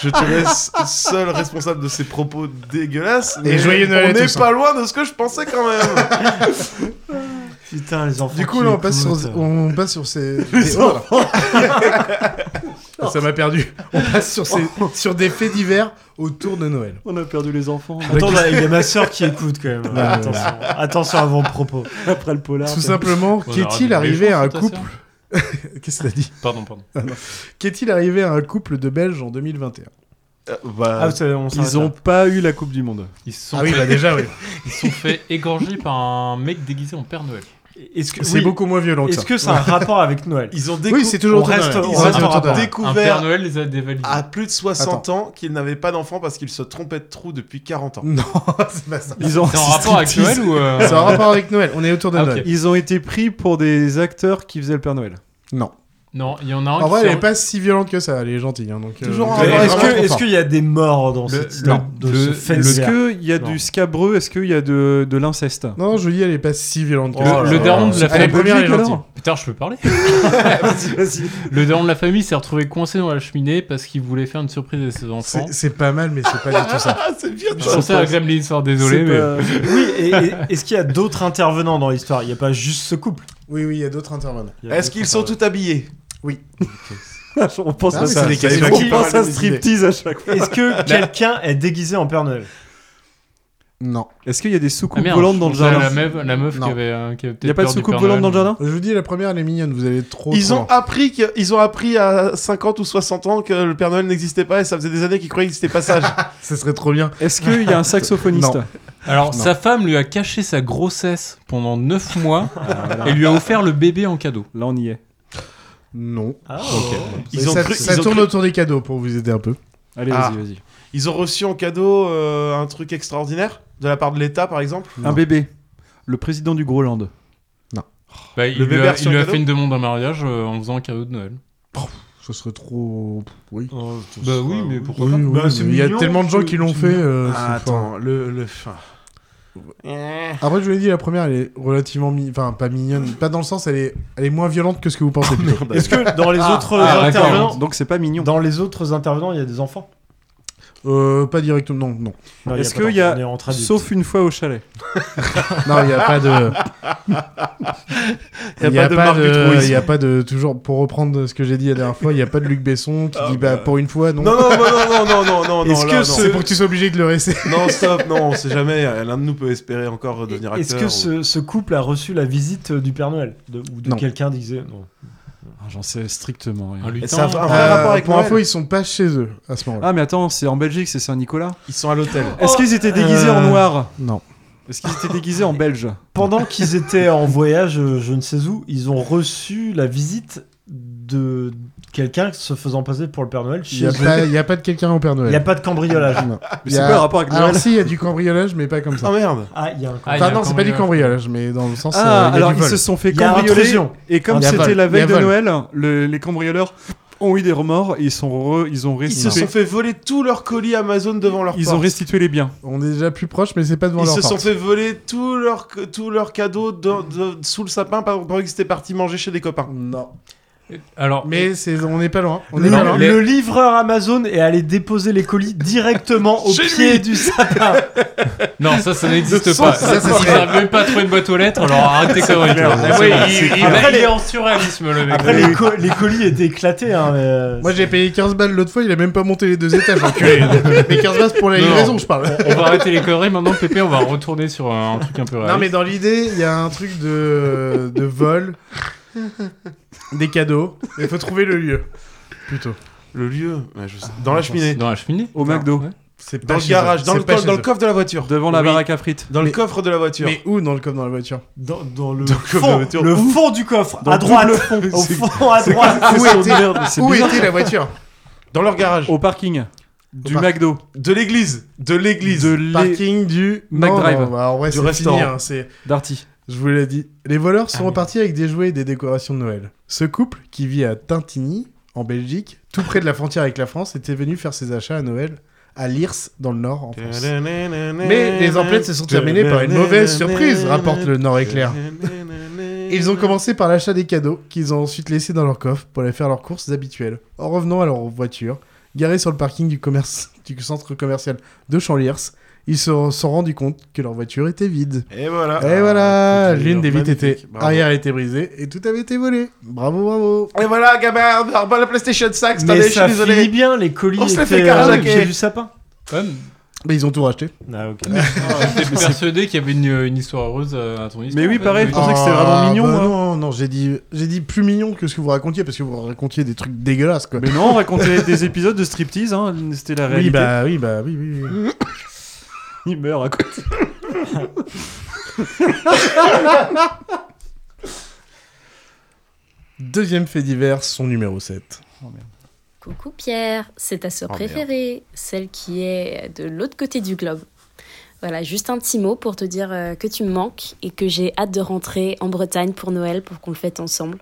Speaker 6: je te laisse seul responsable de ces propos dégueulasses. mais
Speaker 4: joyeux Noël à
Speaker 6: On n'est
Speaker 4: tous, hein.
Speaker 6: pas loin de ce que je pensais quand même.
Speaker 3: putain, les enfants.
Speaker 4: Du coup,
Speaker 3: qui
Speaker 4: là, on passe
Speaker 3: écoutent. euh.
Speaker 4: sur, on passe sur ces. des- oh, là. Ça m'a perdu. On passe sur, ces... sur des faits divers autour de Noël.
Speaker 7: On a perdu les enfants.
Speaker 3: Attends, là, il y a ma soeur qui écoute quand même. attention, attention à vos propos.
Speaker 7: Après le polar.
Speaker 4: Tout simplement,
Speaker 5: On aurait dû
Speaker 4: qu'est-il
Speaker 5: les
Speaker 4: arrivé à
Speaker 5: gens,
Speaker 4: un
Speaker 5: c'est ta sœur
Speaker 4: couple Qu'est-ce que t'as dit
Speaker 5: Pardon, pardon.
Speaker 4: Qu'est-il arrivé à un couple de Belges en 2021
Speaker 6: Euh, bah,
Speaker 3: Ah, ça, on s'arrête
Speaker 7: ils ont
Speaker 3: là.
Speaker 7: pas eu la Coupe du Monde.
Speaker 5: Ils se sont
Speaker 4: Ah oui,
Speaker 5: fait-
Speaker 4: bah déjà, oui.
Speaker 5: Ils se sont fait égorger par un mec déguisé en Père Noël.
Speaker 3: Est-ce que- C'est oui. beaucoup moins violent que
Speaker 5: Est-ce
Speaker 3: Est-ce ça. que ça a un rapport avec Noël
Speaker 6: Ils ont
Speaker 3: Oui, c'est toujours
Speaker 6: on
Speaker 3: Noël.
Speaker 6: reste,
Speaker 3: Ils
Speaker 6: on
Speaker 3: ont
Speaker 6: reste
Speaker 3: toujours
Speaker 6: en
Speaker 3: Noël.
Speaker 6: découvert
Speaker 5: Un Père Noël les a dévalisés.
Speaker 4: Ah,
Speaker 6: à plus de 60 ans qu'ils n'avaient pas d'enfant parce qu'ils se trompaient de trou depuis 40 ans.
Speaker 4: Non, c'est pas ça.
Speaker 7: Ils ont- C'est en rapport avec Noël ou, euh,
Speaker 4: C'est en rapport avec Noël, on est autour de
Speaker 7: Ah,
Speaker 4: Noël.
Speaker 7: ok. Ils ont été pris pour des acteurs qui faisaient le Père Noël.
Speaker 4: Non.
Speaker 5: Non, il y en a un
Speaker 4: En
Speaker 5: qui
Speaker 4: vrai,
Speaker 5: s'est-
Speaker 4: elle est pas si violente que ça, elle est gentille. hein, donc, euh,
Speaker 3: Toujours
Speaker 4: vous
Speaker 3: en-
Speaker 4: allez
Speaker 3: Est-ce
Speaker 4: vraiment
Speaker 3: que-
Speaker 4: trop
Speaker 3: est-ce
Speaker 4: fort.
Speaker 3: qu'il y a des morts dans cette histoire
Speaker 4: le-
Speaker 3: de ce
Speaker 4: le-
Speaker 3: fait
Speaker 7: Est-ce
Speaker 3: divers
Speaker 7: qu'il y a
Speaker 3: Non.
Speaker 7: du scabreux Est-ce qu'il y a de, de l'inceste
Speaker 4: Non, je dis, elle est pas si violente. que
Speaker 7: Le-
Speaker 5: Euh,
Speaker 4: ça.
Speaker 7: le daron de la
Speaker 4: Elle est
Speaker 7: famille
Speaker 4: première, elle est
Speaker 7: alors
Speaker 4: gentille.
Speaker 5: Putain, je peux parler
Speaker 3: Vas-y, vas-y.
Speaker 5: Le daron de la famille s'est retrouvé coincé dans la cheminée parce qu'il voulait faire une surprise à ses enfants.
Speaker 4: C'est- c'est pas mal, mais c'est pas du tout ça.
Speaker 6: c'est bien.
Speaker 5: Je pensais à Gremlins, alors désolé,
Speaker 3: C'est
Speaker 5: mais...
Speaker 3: pas- Oui, et, et- est-ce qu'il y a d'autres intervenants dans l'histoire Il n'y a pas juste ce couple.
Speaker 4: Oui, oui, il y a d'autres intervenants.
Speaker 3: Il y a
Speaker 6: Est-ce
Speaker 3: d'autres
Speaker 6: qu'ils sont
Speaker 3: intervenants.
Speaker 6: tous habillés
Speaker 4: Oui.
Speaker 3: On pense
Speaker 4: Ah,
Speaker 3: à
Speaker 4: mais
Speaker 3: ça.
Speaker 4: c'est des
Speaker 3: C'est
Speaker 4: questions
Speaker 3: vrai
Speaker 4: qui
Speaker 3: qu'on
Speaker 4: parlent
Speaker 3: pense à
Speaker 4: des
Speaker 3: striptease
Speaker 4: idées.
Speaker 3: à chaque fois. Est-ce que quelqu'un est déguisé en Père Noël
Speaker 4: Non.
Speaker 7: Est-ce qu'il y a des
Speaker 5: Ah
Speaker 7: soucoupes
Speaker 5: merde,
Speaker 7: volantes dans
Speaker 5: je
Speaker 7: le
Speaker 5: pensais à
Speaker 7: jardin
Speaker 5: La meuf, la meuf qui
Speaker 7: Non.
Speaker 5: avait, euh, qui avait
Speaker 7: Il y a
Speaker 5: peut-être
Speaker 7: pas de
Speaker 5: peur du
Speaker 7: soucoupe
Speaker 5: Père
Speaker 7: volante
Speaker 5: Noël.
Speaker 7: dans le jardin
Speaker 4: Je vous dis, la première, elle est mignonne, vous allez trop.
Speaker 6: Ils
Speaker 4: trop
Speaker 6: ont,
Speaker 4: loin.
Speaker 6: appris que, ils ont appris à 50 ou 60 ans que le Père Noël n'existait pas et ça faisait des années qu'ils croyaient qu'il était pas sage.
Speaker 4: Ce serait trop bien.
Speaker 7: Est-ce qu'il y a un saxophoniste
Speaker 4: Non.
Speaker 5: Alors,
Speaker 7: Non.
Speaker 5: sa femme lui a caché sa grossesse pendant 9 mois
Speaker 7: voilà.
Speaker 5: et lui a offert le bébé en cadeau.
Speaker 7: Là, on y est.
Speaker 4: Non.
Speaker 3: Ah,
Speaker 5: Ok.
Speaker 6: Ils ont
Speaker 4: ça
Speaker 6: cru-
Speaker 4: ça
Speaker 6: ils ont
Speaker 4: tourne
Speaker 6: cru-
Speaker 4: autour des cadeaux pour vous aider un peu.
Speaker 7: Allez,
Speaker 6: Ah.
Speaker 7: vas-y, vas-y.
Speaker 6: Ils ont reçu en cadeau euh, un truc extraordinaire de la part de l'État, par exemple.
Speaker 7: Un bébé. Le président du Groenland.
Speaker 5: Bah, il
Speaker 6: Le
Speaker 5: lui
Speaker 6: bébé
Speaker 5: a,
Speaker 6: reçu
Speaker 5: il lui
Speaker 6: un
Speaker 5: a
Speaker 6: cadeau
Speaker 5: fait une demande en mariage euh, en faisant un cadeau de Noël.
Speaker 4: Ce serait trop. Oui.
Speaker 5: Bah oui, mais pourquoi
Speaker 4: Oui,
Speaker 5: pas
Speaker 4: oui,
Speaker 3: Bah,
Speaker 4: mais
Speaker 3: c'est
Speaker 4: il y a
Speaker 3: mignon,
Speaker 4: tellement de gens
Speaker 3: tu-
Speaker 4: qui l'ont
Speaker 3: tu-
Speaker 4: fait. euh,
Speaker 6: Ah,
Speaker 4: c'est- enfin,
Speaker 6: attends, le. le... enfin.
Speaker 4: Après, je vous l'ai dit, la première, elle est relativement. mi- Enfin, pas mignonne. Pas dans le sens, elle est, elle est moins violente que ce que vous
Speaker 6: Ah,
Speaker 4: pensez. plutôt.
Speaker 3: Est-ce que dans les
Speaker 7: Ah,
Speaker 3: autres
Speaker 7: ah, d'accord.
Speaker 3: intervenants,
Speaker 7: Donc c'est pas mignon.
Speaker 3: dans les autres intervenants, il y a des enfants
Speaker 4: Euh, pas directement, non. Non,
Speaker 3: Non,
Speaker 7: Est-ce
Speaker 3: pas d'enfants,
Speaker 7: qu'il y a,
Speaker 3: on est entre adultes.
Speaker 7: sauf une fois au chalet,
Speaker 4: Non, il n'y a pas de.
Speaker 6: Il n'y a, pas de Marc
Speaker 4: Il
Speaker 6: Dutroux.
Speaker 4: n'y a pas de. Toujours, pour reprendre ce que j'ai dit la dernière fois, il n'y a pas de Luc Besson qui dit, bah, pour une fois, non.
Speaker 6: Ah, Non, non, non, non, non, non, non, non.
Speaker 4: Est-ce
Speaker 6: là,
Speaker 4: que
Speaker 6: non.
Speaker 4: c'est pour que tu sois obligé de le rester
Speaker 6: Non, stop, non, on sait jamais. euh, L'un de nous peut espérer encore devenir
Speaker 3: Est-ce
Speaker 6: acteur.
Speaker 3: que
Speaker 6: ou-
Speaker 3: ce, ce couple a reçu la visite euh, du Père Noël De- Ou de
Speaker 4: Non.
Speaker 3: quelqu'un disait. Non.
Speaker 7: Ah, j'en sais strictement rien.
Speaker 5: Un lutin.
Speaker 6: Ça va-
Speaker 5: Ah,
Speaker 6: Un vrai rapport avec
Speaker 4: euh, Pour
Speaker 6: Noël.
Speaker 4: info, ils sont pas chez eux à ce moment-là.
Speaker 7: Ah mais attends, c'est en Belgique, c'est Saint-Nicolas.
Speaker 6: Ils sont à l'hôtel.
Speaker 7: Est-ce qu'ils étaient déguisés en
Speaker 3: euh,
Speaker 7: noir
Speaker 4: Non. Ah,
Speaker 7: Est-ce qu'ils étaient déguisés en belge
Speaker 3: Pendant qu'ils étaient en voyage, euh, je ne sais où, ils ont reçu la visite de quelqu'un se faisant passer pour le Père Noël
Speaker 4: Il n'y
Speaker 3: chez
Speaker 4: a,
Speaker 3: eux.
Speaker 4: pas- y a pas de quelqu'un au Père
Speaker 3: Il
Speaker 4: Noël.
Speaker 3: n'y a pas de cambriolage.
Speaker 4: Non.
Speaker 7: Mais
Speaker 4: Y
Speaker 7: c'est
Speaker 4: a-
Speaker 7: quoi le rapport avec Noël
Speaker 4: Alors, si, il y a du cambriolage, mais pas comme
Speaker 6: Ah
Speaker 4: ça.
Speaker 6: merde
Speaker 3: Ah, il y a un
Speaker 5: Ah,
Speaker 3: cambriolage.
Speaker 5: il y a
Speaker 4: Enfin,
Speaker 5: un
Speaker 4: non, c'est pas du
Speaker 5: cambriolage.
Speaker 4: cambriolage, mais dans le sens. euh,
Speaker 7: Ah,
Speaker 4: il y a
Speaker 7: alors
Speaker 4: du
Speaker 7: ils
Speaker 4: vol.
Speaker 7: se sont fait
Speaker 3: Il y a
Speaker 7: cambrioler
Speaker 3: intrusion.
Speaker 7: et comme
Speaker 4: Il y a
Speaker 7: c'était
Speaker 4: vol.
Speaker 7: la
Speaker 4: Il y a
Speaker 7: veille de
Speaker 4: vol.
Speaker 7: Noël, le- les cambrioleurs ont eu des remords et ils sont re- ils ont
Speaker 6: Ils se
Speaker 7: restitué
Speaker 6: sont fait voler tous leurs colis Amazon devant leur
Speaker 7: ils
Speaker 6: porte.
Speaker 7: ont restitué les biens.
Speaker 4: On est déjà plus proche, mais c'est pas devant
Speaker 6: Ils
Speaker 4: leur
Speaker 6: se sont
Speaker 4: porte.
Speaker 6: fait voler tous leurs tous leurs cadeaux dans- de- sous le sapin par- pendant qu'ils étaient partis manger chez des copains.
Speaker 4: Non.
Speaker 5: Alors,
Speaker 4: Mais c'est, on n'est pas loin. On
Speaker 3: Le,
Speaker 4: est pas loin.
Speaker 5: les-
Speaker 3: le livreur Amazon est allé déposer les colis directement au
Speaker 6: Chez
Speaker 3: pied
Speaker 6: lui.
Speaker 3: du sapin.
Speaker 5: non, ça, ça n'existe
Speaker 4: son,
Speaker 5: pas.
Speaker 4: ça, ça
Speaker 5: Ils
Speaker 4: serait-
Speaker 5: n'arrivent même pas à trouver une boîte aux lettres, alors arrêtez quand
Speaker 3: c'est
Speaker 5: même.
Speaker 3: clair.
Speaker 5: il, il-
Speaker 3: Après,
Speaker 5: il
Speaker 3: les-
Speaker 5: est en surréalisme, le mec.
Speaker 3: Après, les, co- les colis étaient éclatés. Hein, mais, euh,
Speaker 4: Moi j'ai payé 15 balles l'autre fois, il a même pas monté les deux étages, euh, enculé. mais 15 balles c'est pour la
Speaker 5: Non.
Speaker 4: livraison, je parle.
Speaker 5: On va arrêter les conneries maintenant, Pépé, on va retourner sur un, un truc un peu réel.
Speaker 4: Non, mais dans l'idée, il y a un truc de, de vol, des cadeaux. Il faut trouver le lieu. Plutôt.
Speaker 6: Le lieu, ouais, je sais- dans la cheminée,
Speaker 5: euh, Dans la cheminée
Speaker 7: Au McDo,
Speaker 4: C'est pas
Speaker 6: dans le
Speaker 4: chez
Speaker 6: garage,
Speaker 4: eux.
Speaker 6: dans
Speaker 4: C'est
Speaker 6: le,
Speaker 4: pas
Speaker 6: coffre-
Speaker 4: chez
Speaker 6: dans le
Speaker 4: eux.
Speaker 6: coffre de la voiture,
Speaker 7: devant la
Speaker 6: Oui.
Speaker 7: baraque à frites.
Speaker 6: dans le
Speaker 4: Mais-
Speaker 6: coffre de la voiture.
Speaker 4: Mais où dans le coffre dans la voiture
Speaker 3: dans, dans le,
Speaker 6: coffre de
Speaker 3: fond,
Speaker 6: voiture.
Speaker 3: le
Speaker 6: Ouh.
Speaker 3: fond du coffre, à droite. Au fond, à droite.
Speaker 4: Où était,
Speaker 7: c'est
Speaker 4: où
Speaker 7: bizarre.
Speaker 4: était la voiture
Speaker 6: Dans leur garage,
Speaker 7: Au parking du
Speaker 4: parc-
Speaker 7: McDo,
Speaker 6: de l'église, de l'église.
Speaker 7: de l'é-
Speaker 4: Parking du
Speaker 7: McDrive.
Speaker 4: Non, non, bah, en vrai,
Speaker 6: Du
Speaker 4: c'est
Speaker 6: restaurant.
Speaker 4: fini, hein, c'est-
Speaker 7: Darty.
Speaker 4: Je vous l'ai dit. Les voleurs sont repartis avec des jouets et des décorations de Noël. Ce couple, qui vit à Tintigny, en Belgique, tout près de la frontière avec la France, était venu faire ses achats à Noël à Lirs, dans le Nord, en France. Mais
Speaker 6: Mais
Speaker 4: les emplettes se sont terminées par une mauvaise surprise, rapporte le Nord éclair. Ils ont commencé par l'achat des cadeaux qu'ils ont ensuite laissés dans leur coffre pour aller faire leurs courses habituelles. En revenant à leur voiture, garée sur le parking du, commerce, du centre commercial de Champs-Lirs, ils se sont rendus compte que leur voiture était vide.
Speaker 6: Et voilà.
Speaker 4: Et voilà,
Speaker 6: Ah,
Speaker 4: l'une des vitres était
Speaker 6: magnifique, bravo.
Speaker 4: arrière était brisée et tout avait été volé. Bravo, bravo.
Speaker 6: Et voilà, gamin, alors, bah, la PlayStation 5, cette année,
Speaker 3: Mais
Speaker 6: je suis
Speaker 3: ça finit
Speaker 6: désolé.
Speaker 3: bien, les colis
Speaker 6: On se les fait
Speaker 3: étaient euh, au
Speaker 6: carjacker.
Speaker 3: pied du sapin.
Speaker 5: Ouais, mais-
Speaker 4: Mais ils ont tout racheté.
Speaker 3: Ah, ok.
Speaker 5: J'étais persuadé qu'il y avait une, une histoire heureuse euh, à ton histoire. en fait,
Speaker 4: Ah, bah Non, non, j'ai dit, j'ai dit plus mignon que ce que vous racontiez parce que vous racontiez des trucs dégueulasses quoi.
Speaker 13: Mais non, on racontait des épisodes de striptease, hein, c'était la réalité.
Speaker 4: Oui, bah oui, bah oui, oui. oui.
Speaker 13: Il meurt à côté.
Speaker 4: Deuxième fait divers, son numéro 7.
Speaker 9: Coucou Pierre, c'est ta sœur
Speaker 4: Oh, merde.
Speaker 9: préférée, celle qui est de l'autre côté du globe. Voilà, juste un petit mot pour te dire euh, que tu me manques et que j'ai hâte de rentrer en Bretagne pour Noël pour qu'on le fête ensemble.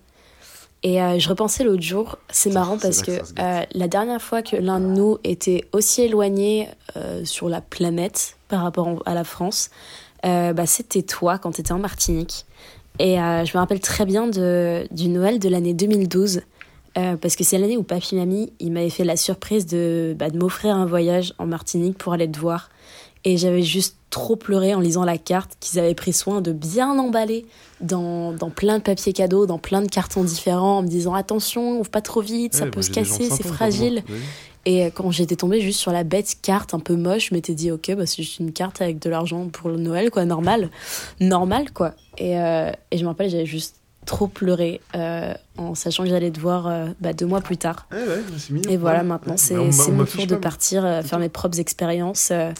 Speaker 9: Et euh, je repensais l'autre jour, c'est marrant parce que, euh, la dernière fois que l'un de nous était aussi éloigné euh, sur la planète par rapport en- à la France, euh, bah, c'était toi quand tu étais en Martinique. Et euh, je me rappelle très bien de, du Noël de l'année 2012. Euh, parce que c'est l'année où Papy Mamie, il m'avait fait la surprise de, bah, de m'offrir un voyage en Martinique pour aller te voir. Et j'avais juste trop pleuré en lisant la carte qu'ils avaient pris soin de bien emballer dans, dans plein de papiers cadeaux, dans plein de cartons différents, en me disant attention, ouvre pas trop vite, ça
Speaker 13: Ouais, bah,
Speaker 9: peut
Speaker 13: moi,
Speaker 9: se
Speaker 13: j'ai des gens
Speaker 9: casser,
Speaker 13: sympas
Speaker 9: c'est
Speaker 13: autour de moi.
Speaker 9: fragile.
Speaker 13: Oui.
Speaker 9: Et euh, quand j'étais tombée juste sur la bête carte un peu moche, je m'étais dit, ok, bah, c'est juste une carte avec de l'argent pour le Noël, quoi, normal. Normal, quoi. Et, euh, et je me rappelle, j'avais juste trop pleuré euh, en sachant que j'allais te voir euh, bah, deux mois plus tard. et voilà, maintenant, c'est
Speaker 13: on m'a-
Speaker 9: c'est
Speaker 13: on
Speaker 9: mon
Speaker 13: m'affiche
Speaker 9: tour
Speaker 13: pas,
Speaker 9: de
Speaker 13: moi.
Speaker 9: partir, euh, faire mes propres expériences euh,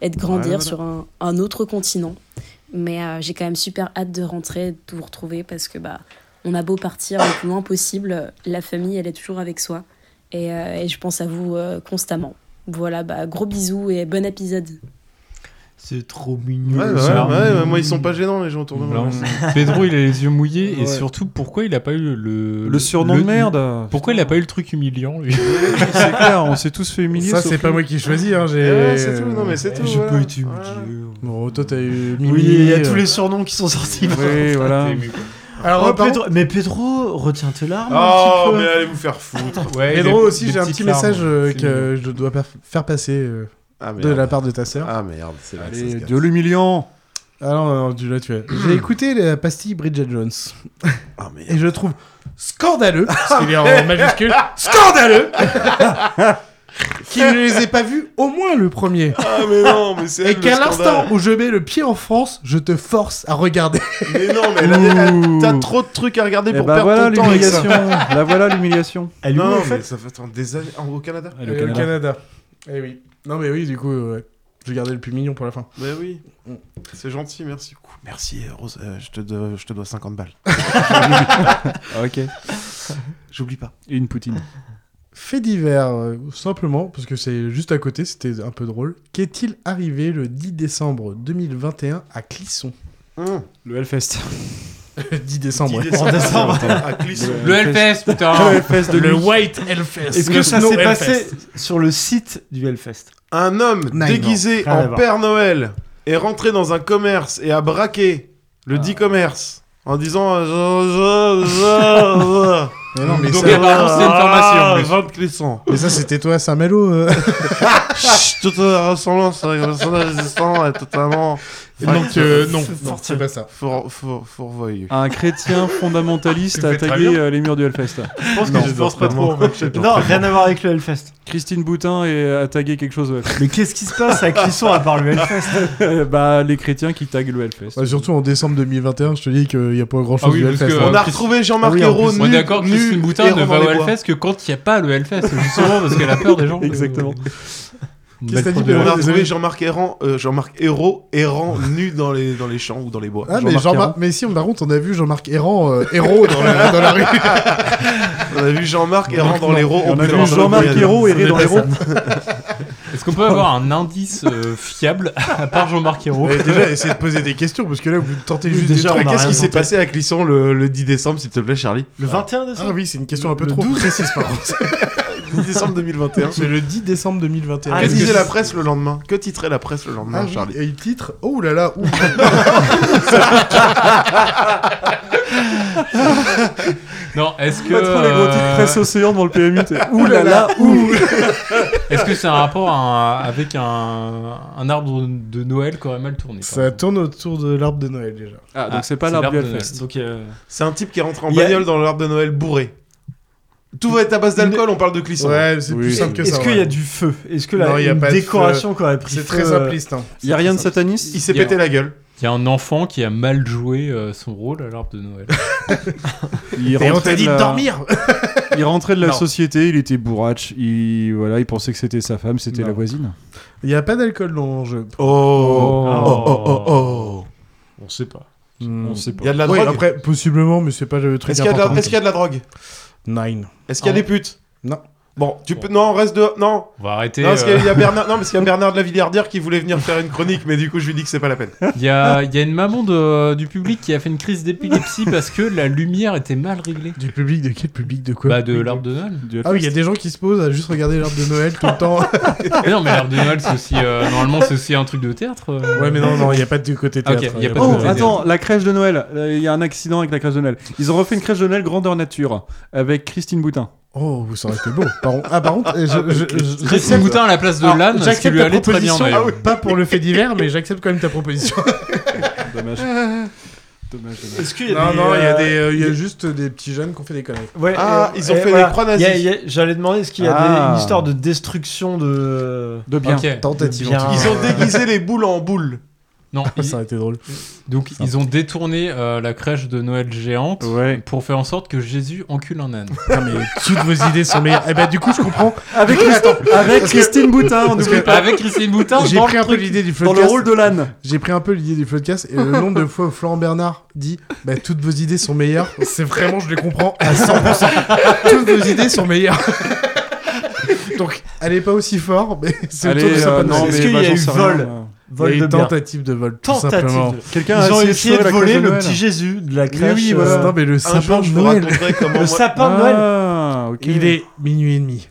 Speaker 9: et de grandir
Speaker 13: Voilà, voilà.
Speaker 9: sur un, un autre continent. Mais euh, j'ai quand même super hâte de rentrer, de vous retrouver parce que bah, on a beau partir le plus loin possible, euh, la famille, elle est toujours avec soi. Et, euh, et je pense à vous euh, constamment. Voilà, bah, gros bisous et bon épisode.
Speaker 3: C'est trop mignon.
Speaker 6: Ouais, ouais,
Speaker 5: ça.
Speaker 6: ouais, ouais, moi, ils sont pas gênants, les gens autour de moi.
Speaker 5: Alors, Pedro, il a les yeux mouillés
Speaker 6: Ouais.
Speaker 5: et surtout, pourquoi il a pas eu le.
Speaker 6: Le surnom de merde.
Speaker 5: Pourquoi il a pas eu le truc humiliant, lui
Speaker 7: C'est clair, on s'est tous fait humilier.
Speaker 4: Ça,
Speaker 7: sauf
Speaker 4: c'est
Speaker 7: lui.
Speaker 4: pas moi qui choisis, hein, j'ai.
Speaker 6: Ouais, Ah, c'est tout, non, mais c'est tout,
Speaker 4: J'ai
Speaker 6: voilà.
Speaker 4: pas été humilié. Bon, toi, t'as eu. euh,
Speaker 3: Oui, il y
Speaker 13: euh,
Speaker 3: a tous les surnoms qui sont sortis.
Speaker 4: Oui, voilà.
Speaker 3: Alors,
Speaker 4: Alors, par-
Speaker 3: Pedro... Oh, Mais Pedro, retiens tes larmes.
Speaker 6: Oh,
Speaker 3: un petit peu.
Speaker 6: mais allez vous faire foutre.
Speaker 5: Ouais,
Speaker 4: Pedro
Speaker 5: des-
Speaker 4: aussi,
Speaker 5: des
Speaker 4: j'ai un
Speaker 5: petites
Speaker 4: petit message
Speaker 5: larmes,
Speaker 4: euh,
Speaker 5: c'est
Speaker 4: que je dois per- faire passer euh, de
Speaker 6: Ah, merde.
Speaker 4: la part de ta sœur.
Speaker 6: Ah merde, c'est là que ça se
Speaker 4: Allez,
Speaker 6: casse.
Speaker 4: de l'humiliant. Ah non, non, tu l'as tué. J'ai écouté la pastille Bridget Jones.
Speaker 6: ah,
Speaker 4: Et je trouve scandaleux, parce qu'il est en majuscule, scandaleux Qu'il ne les ait pas vus au moins le premier.
Speaker 6: Ah mais non, mais c'est
Speaker 4: Et
Speaker 6: elle, le
Speaker 4: qu'à
Speaker 6: scandale.
Speaker 4: l'instant où je mets le pied en France, je te force à regarder.
Speaker 6: Mais non, mais là, t'as trop de trucs à regarder
Speaker 4: Eh
Speaker 6: pour
Speaker 4: ben
Speaker 6: perdre
Speaker 4: voilà
Speaker 6: ton temps avec
Speaker 7: Ben
Speaker 6: ça.
Speaker 4: l'humiliation. La voilà, l'humiliation. Elle est où,
Speaker 6: non,
Speaker 4: en
Speaker 6: mais
Speaker 4: fait
Speaker 6: ça fait attends, des années en- au Canada.
Speaker 4: Elle est au Canada. Eh oui. Non mais oui, du coup, euh, ouais. je gardais le plus mignon pour la fin.
Speaker 6: Mais Ben oui. C'est gentil, merci. Cou- Merci, euh, Rose. euh, je, te dois, je te dois 50 balles.
Speaker 7: ok.
Speaker 6: J'oublie pas.
Speaker 7: Et une poutine.
Speaker 4: Fait divers, euh, simplement, parce que c'est juste à côté, c'était un peu drôle. Qu'est-il arrivé le 10 décembre 2021 à Clisson
Speaker 7: Le Hellfest.
Speaker 4: 10 décembre.
Speaker 7: 10 décembre. En
Speaker 4: Ah,
Speaker 7: décembre. À Clisson. Le Hellfest, putain.
Speaker 4: Le Hellfest de nuit.
Speaker 3: Est-ce que ça s'est passé sur le site du Hellfest
Speaker 6: Un homme
Speaker 3: Non,
Speaker 6: déguisé
Speaker 3: non. Rien à
Speaker 6: en
Speaker 3: voir.
Speaker 6: Père Noël est rentré dans un commerce et a braqué le dit commerce en disant. euh, je- je- je-
Speaker 4: Mais non, mais
Speaker 6: Donc, euh,
Speaker 4: ça-
Speaker 6: apparemment, c'est une formation.
Speaker 4: Ah,
Speaker 6: en plus. Vente Clisson.
Speaker 4: Mais ça, c'était toi à Saint-Malo. euh.
Speaker 6: Chut, toute la ressemblance avec le personnage existant est totalement.
Speaker 4: Donc, euh, non, non, c'est pas ça.
Speaker 6: Four, four, fourvoyeux.
Speaker 7: Un chrétien fondamentaliste
Speaker 6: Tu
Speaker 7: a
Speaker 6: fais très
Speaker 7: attaqué
Speaker 6: bien.
Speaker 7: euh, les murs du Hellfest.
Speaker 6: Je pense que Non, je pense pas vraiment. trop, en fait.
Speaker 3: Non, rien à voir avec le Hellfest.
Speaker 7: Christine Boutin est- a tagué quelque chose.
Speaker 3: Mais qu'est-ce qui se passe à Clisson à part le
Speaker 7: Hellfest Bah, les chrétiens qui taguent le Hellfest.
Speaker 4: Ouais, Bah, surtout en décembre 2021, je te dis qu'il n'y a pas grand-chose
Speaker 7: Ah oui,
Speaker 4: du
Speaker 7: parce
Speaker 4: Hellfest. hein.
Speaker 7: que,
Speaker 6: On a retrouvé Jean-Marc
Speaker 4: Ah oui, en
Speaker 6: Ayrault
Speaker 4: plus.
Speaker 5: On est
Speaker 6: nu-
Speaker 5: d'accord que
Speaker 6: nu
Speaker 5: Christine
Speaker 6: et
Speaker 5: Boutin ne va
Speaker 6: Romain
Speaker 5: au
Speaker 6: Desbois.
Speaker 5: Hellfest que quand il n'y a pas le Hellfest, justement, parce qu'elle a peur des gens.
Speaker 7: Exactement.
Speaker 5: Qu'est-ce que t'as dit,
Speaker 6: On a
Speaker 5: Bernard
Speaker 6: retrouvé Jean-Marc Errant, euh, Jean-Marc Hérault errant nu dans les, dans les champs ou dans les bois.
Speaker 4: Ah, mais,
Speaker 6: Jean-Marc
Speaker 4: Jean mais si, par contre, on a vu Jean-Marc Errant, euh, héros dans la, dans la rue.
Speaker 6: Errant. On a vu Jean-Marc errant dans
Speaker 4: Non,
Speaker 6: les rots.
Speaker 4: on a vu
Speaker 6: ambulance.
Speaker 4: Jean-Marc Ayrault errer
Speaker 6: C'est
Speaker 4: dans
Speaker 6: pas
Speaker 4: les
Speaker 6: ça.
Speaker 4: rots.
Speaker 5: Est-ce qu'on peut avoir un indice euh, fiable à part Jean-Marc Ayrault
Speaker 4: Mais déjà, essayez de poser des questions, parce que là, vous tentez juste des
Speaker 6: Déjà,
Speaker 4: trucs.
Speaker 6: qu'est-ce qui s'est passé à Clisson le, le 10 décembre, s'il te plaît, Charlie
Speaker 3: Le 21 décembre
Speaker 4: Ah oui, c'est une question un peu trop précise, par contre.
Speaker 6: 10 décembre 2021.
Speaker 4: C'est le 10 décembre 2021.
Speaker 7: Ah,
Speaker 6: Qu'est-ce que disait la presse le lendemain Que titrait la presse le lendemain,
Speaker 4: Ah oui,
Speaker 6: Charlie
Speaker 4: Et il titre Oh là là ouh.
Speaker 5: Non, est-ce que.
Speaker 7: Pas trop les gros titres
Speaker 5: euh,
Speaker 7: presse océan devant le PMU, t'es ouh là là, ouh
Speaker 5: Est-ce que c'est un rapport à un- avec un, un arbre de Noël qui aurait mal tourné par
Speaker 4: Ça tourne autour de l'arbre de Noël déjà.
Speaker 7: Ah,
Speaker 5: donc c'est pas l'arbre du Hellfest.
Speaker 6: C'est un type qui est rentré en
Speaker 5: Il y a-
Speaker 6: bagnole dans l'arbre de Noël bourré. Tout va être à base d'alcool, on parle de clisson.
Speaker 4: Ouais, c'est plus simple que
Speaker 3: Est-ce
Speaker 4: ça,
Speaker 3: qu'il y a
Speaker 4: ouais.
Speaker 3: du feu Est-ce que la
Speaker 4: Non, il y a
Speaker 3: une
Speaker 4: pas de
Speaker 3: décoration
Speaker 4: feu.
Speaker 3: qui aurait pris euh,
Speaker 4: C'est très simpliste, hein.
Speaker 5: Il y a rien de
Speaker 6: sataniste Il s'est
Speaker 5: Il y a-
Speaker 6: pété la gueule.
Speaker 5: Il y a un enfant qui a mal joué euh, son rôle à l'arbre de Noël.
Speaker 7: rentrait de la- Il rentrait de la
Speaker 5: Non.
Speaker 7: société, il était bourrache, il, voilà, il pensait que c'était sa femme, c'était la voisine.
Speaker 4: Il n'y a pas d'alcool dans le jeu.
Speaker 6: Oh
Speaker 7: Oh.
Speaker 6: oh, oh, oh. On sait pas.
Speaker 4: Hmm.
Speaker 6: On sait pas. Il y a de la
Speaker 4: Oui,
Speaker 6: drogue
Speaker 4: après, possiblement, mais c'est pas le truc
Speaker 6: Est-ce qu'il y, a de la-
Speaker 4: important.
Speaker 6: est-ce qu'il y a de la drogue
Speaker 4: Nine.
Speaker 6: Est-ce qu'il y a
Speaker 4: Ah.
Speaker 6: des putes
Speaker 4: Non.
Speaker 6: Bon, tu peux. Non, reste de. Non.
Speaker 5: On va arrêter,
Speaker 6: Non, parce qu'il y a-
Speaker 5: euh.
Speaker 6: il y a Bernard. Non, parce qu'il y a Bernard de la Villardière qui voulait venir faire une chronique, mais du coup, je lui dis que c'est pas la peine.
Speaker 5: Il y a, il y a une maman de- du public qui a fait une crise d'épilepsie parce que la lumière était mal réglée.
Speaker 4: Du public de quel public de quoi
Speaker 5: Bah de l'arbre de Noël.
Speaker 4: Ah oui, il y a des gens qui se posent à juste regarder l'arbre de Noël tout le temps.
Speaker 5: Mais non mais l'arbre de Noël c'est aussi euh, normalement c'est aussi un truc de théâtre. euh.
Speaker 4: Ouais, mais non, non, il y a pas de côté
Speaker 5: Ok,
Speaker 4: théâtre.
Speaker 5: il y a pas de
Speaker 7: Oh,
Speaker 5: côté
Speaker 7: attends, la crèche de Noël. Euh, Il y a un accident avec la crèche de Noël. Ils ont refait une crèche de Noël grandeur nature avec Christine Boutin.
Speaker 4: Oh, ça aurait été beau. Par contre- ah, par contre, euh, je, je, je-
Speaker 7: Christine
Speaker 4: j'accepte-
Speaker 7: Boutin à la place de
Speaker 4: Alors,
Speaker 7: Lannes, ce qui
Speaker 4: j'accepte
Speaker 7: lui
Speaker 4: ta
Speaker 7: allait très bien,
Speaker 4: proposition,
Speaker 7: d'ailleurs. Ah oui.
Speaker 4: pas pour le fait divers, mais j'accepte quand même ta proposition.
Speaker 7: Dommage. Dommage, dommage.
Speaker 3: Est-ce qu'il y a
Speaker 4: non,
Speaker 3: des,
Speaker 4: non, il y a
Speaker 3: euh,
Speaker 4: des, euh, il y a
Speaker 3: des-
Speaker 4: juste des petits jeunes qui ont fait des conneries.
Speaker 3: Ouais, euh, et voilà. Il y a- il y a- J'allais demander est-ce qu'il y a des-
Speaker 4: Ah.
Speaker 3: une histoire de destruction de
Speaker 7: de
Speaker 4: biens. Tentative.
Speaker 6: Ils ont déguisé les boules en boules.
Speaker 5: Non,
Speaker 4: Ah, ça aurait été drôle.
Speaker 5: Donc ils ont détourné euh, la crèche de Noël géante
Speaker 7: Ouais.
Speaker 5: pour faire en sorte que Jésus encule un âne.
Speaker 4: Ah, mais toutes vos idées sont meilleures. Eh ben, du coup, je comprends.
Speaker 7: Avec Christine- avec Christine Boutin, on
Speaker 4: parce
Speaker 7: n'oublie
Speaker 4: que-
Speaker 7: pas. Avec Christine Boutin,
Speaker 4: J'ai
Speaker 7: dans
Speaker 4: pris
Speaker 7: le
Speaker 4: un peu
Speaker 7: truc-
Speaker 4: l'idée du
Speaker 7: dans le
Speaker 4: podcast.
Speaker 7: rôle de l'âne.
Speaker 4: J'ai pris un peu l'idée du podcast et le nombre de fois où Florent Bernard dit bah, Toutes vos idées sont meilleures, c'est vraiment, je les comprends à 100%. toutes vos idées sont meilleures. Donc, allez pas aussi fort, mais c'est
Speaker 7: Allez,
Speaker 4: autour de ça.
Speaker 7: euh,
Speaker 4: pas de
Speaker 7: non,
Speaker 4: mal.
Speaker 7: mais Est-ce qu'il y bah, a j'en eu sais rien, vol moi.
Speaker 3: Vol
Speaker 4: Il y a eu
Speaker 3: de bière.
Speaker 4: tentative de vol, tout
Speaker 3: Tentative
Speaker 4: simplement.
Speaker 3: de- Ils ont essayé de voler le petit Jésus de la crèche.
Speaker 4: oui, voilà. Non, mais le sapin de Noël.
Speaker 3: le sapin de Noël.
Speaker 7: Ah, ok.
Speaker 4: Il est minuit et demi.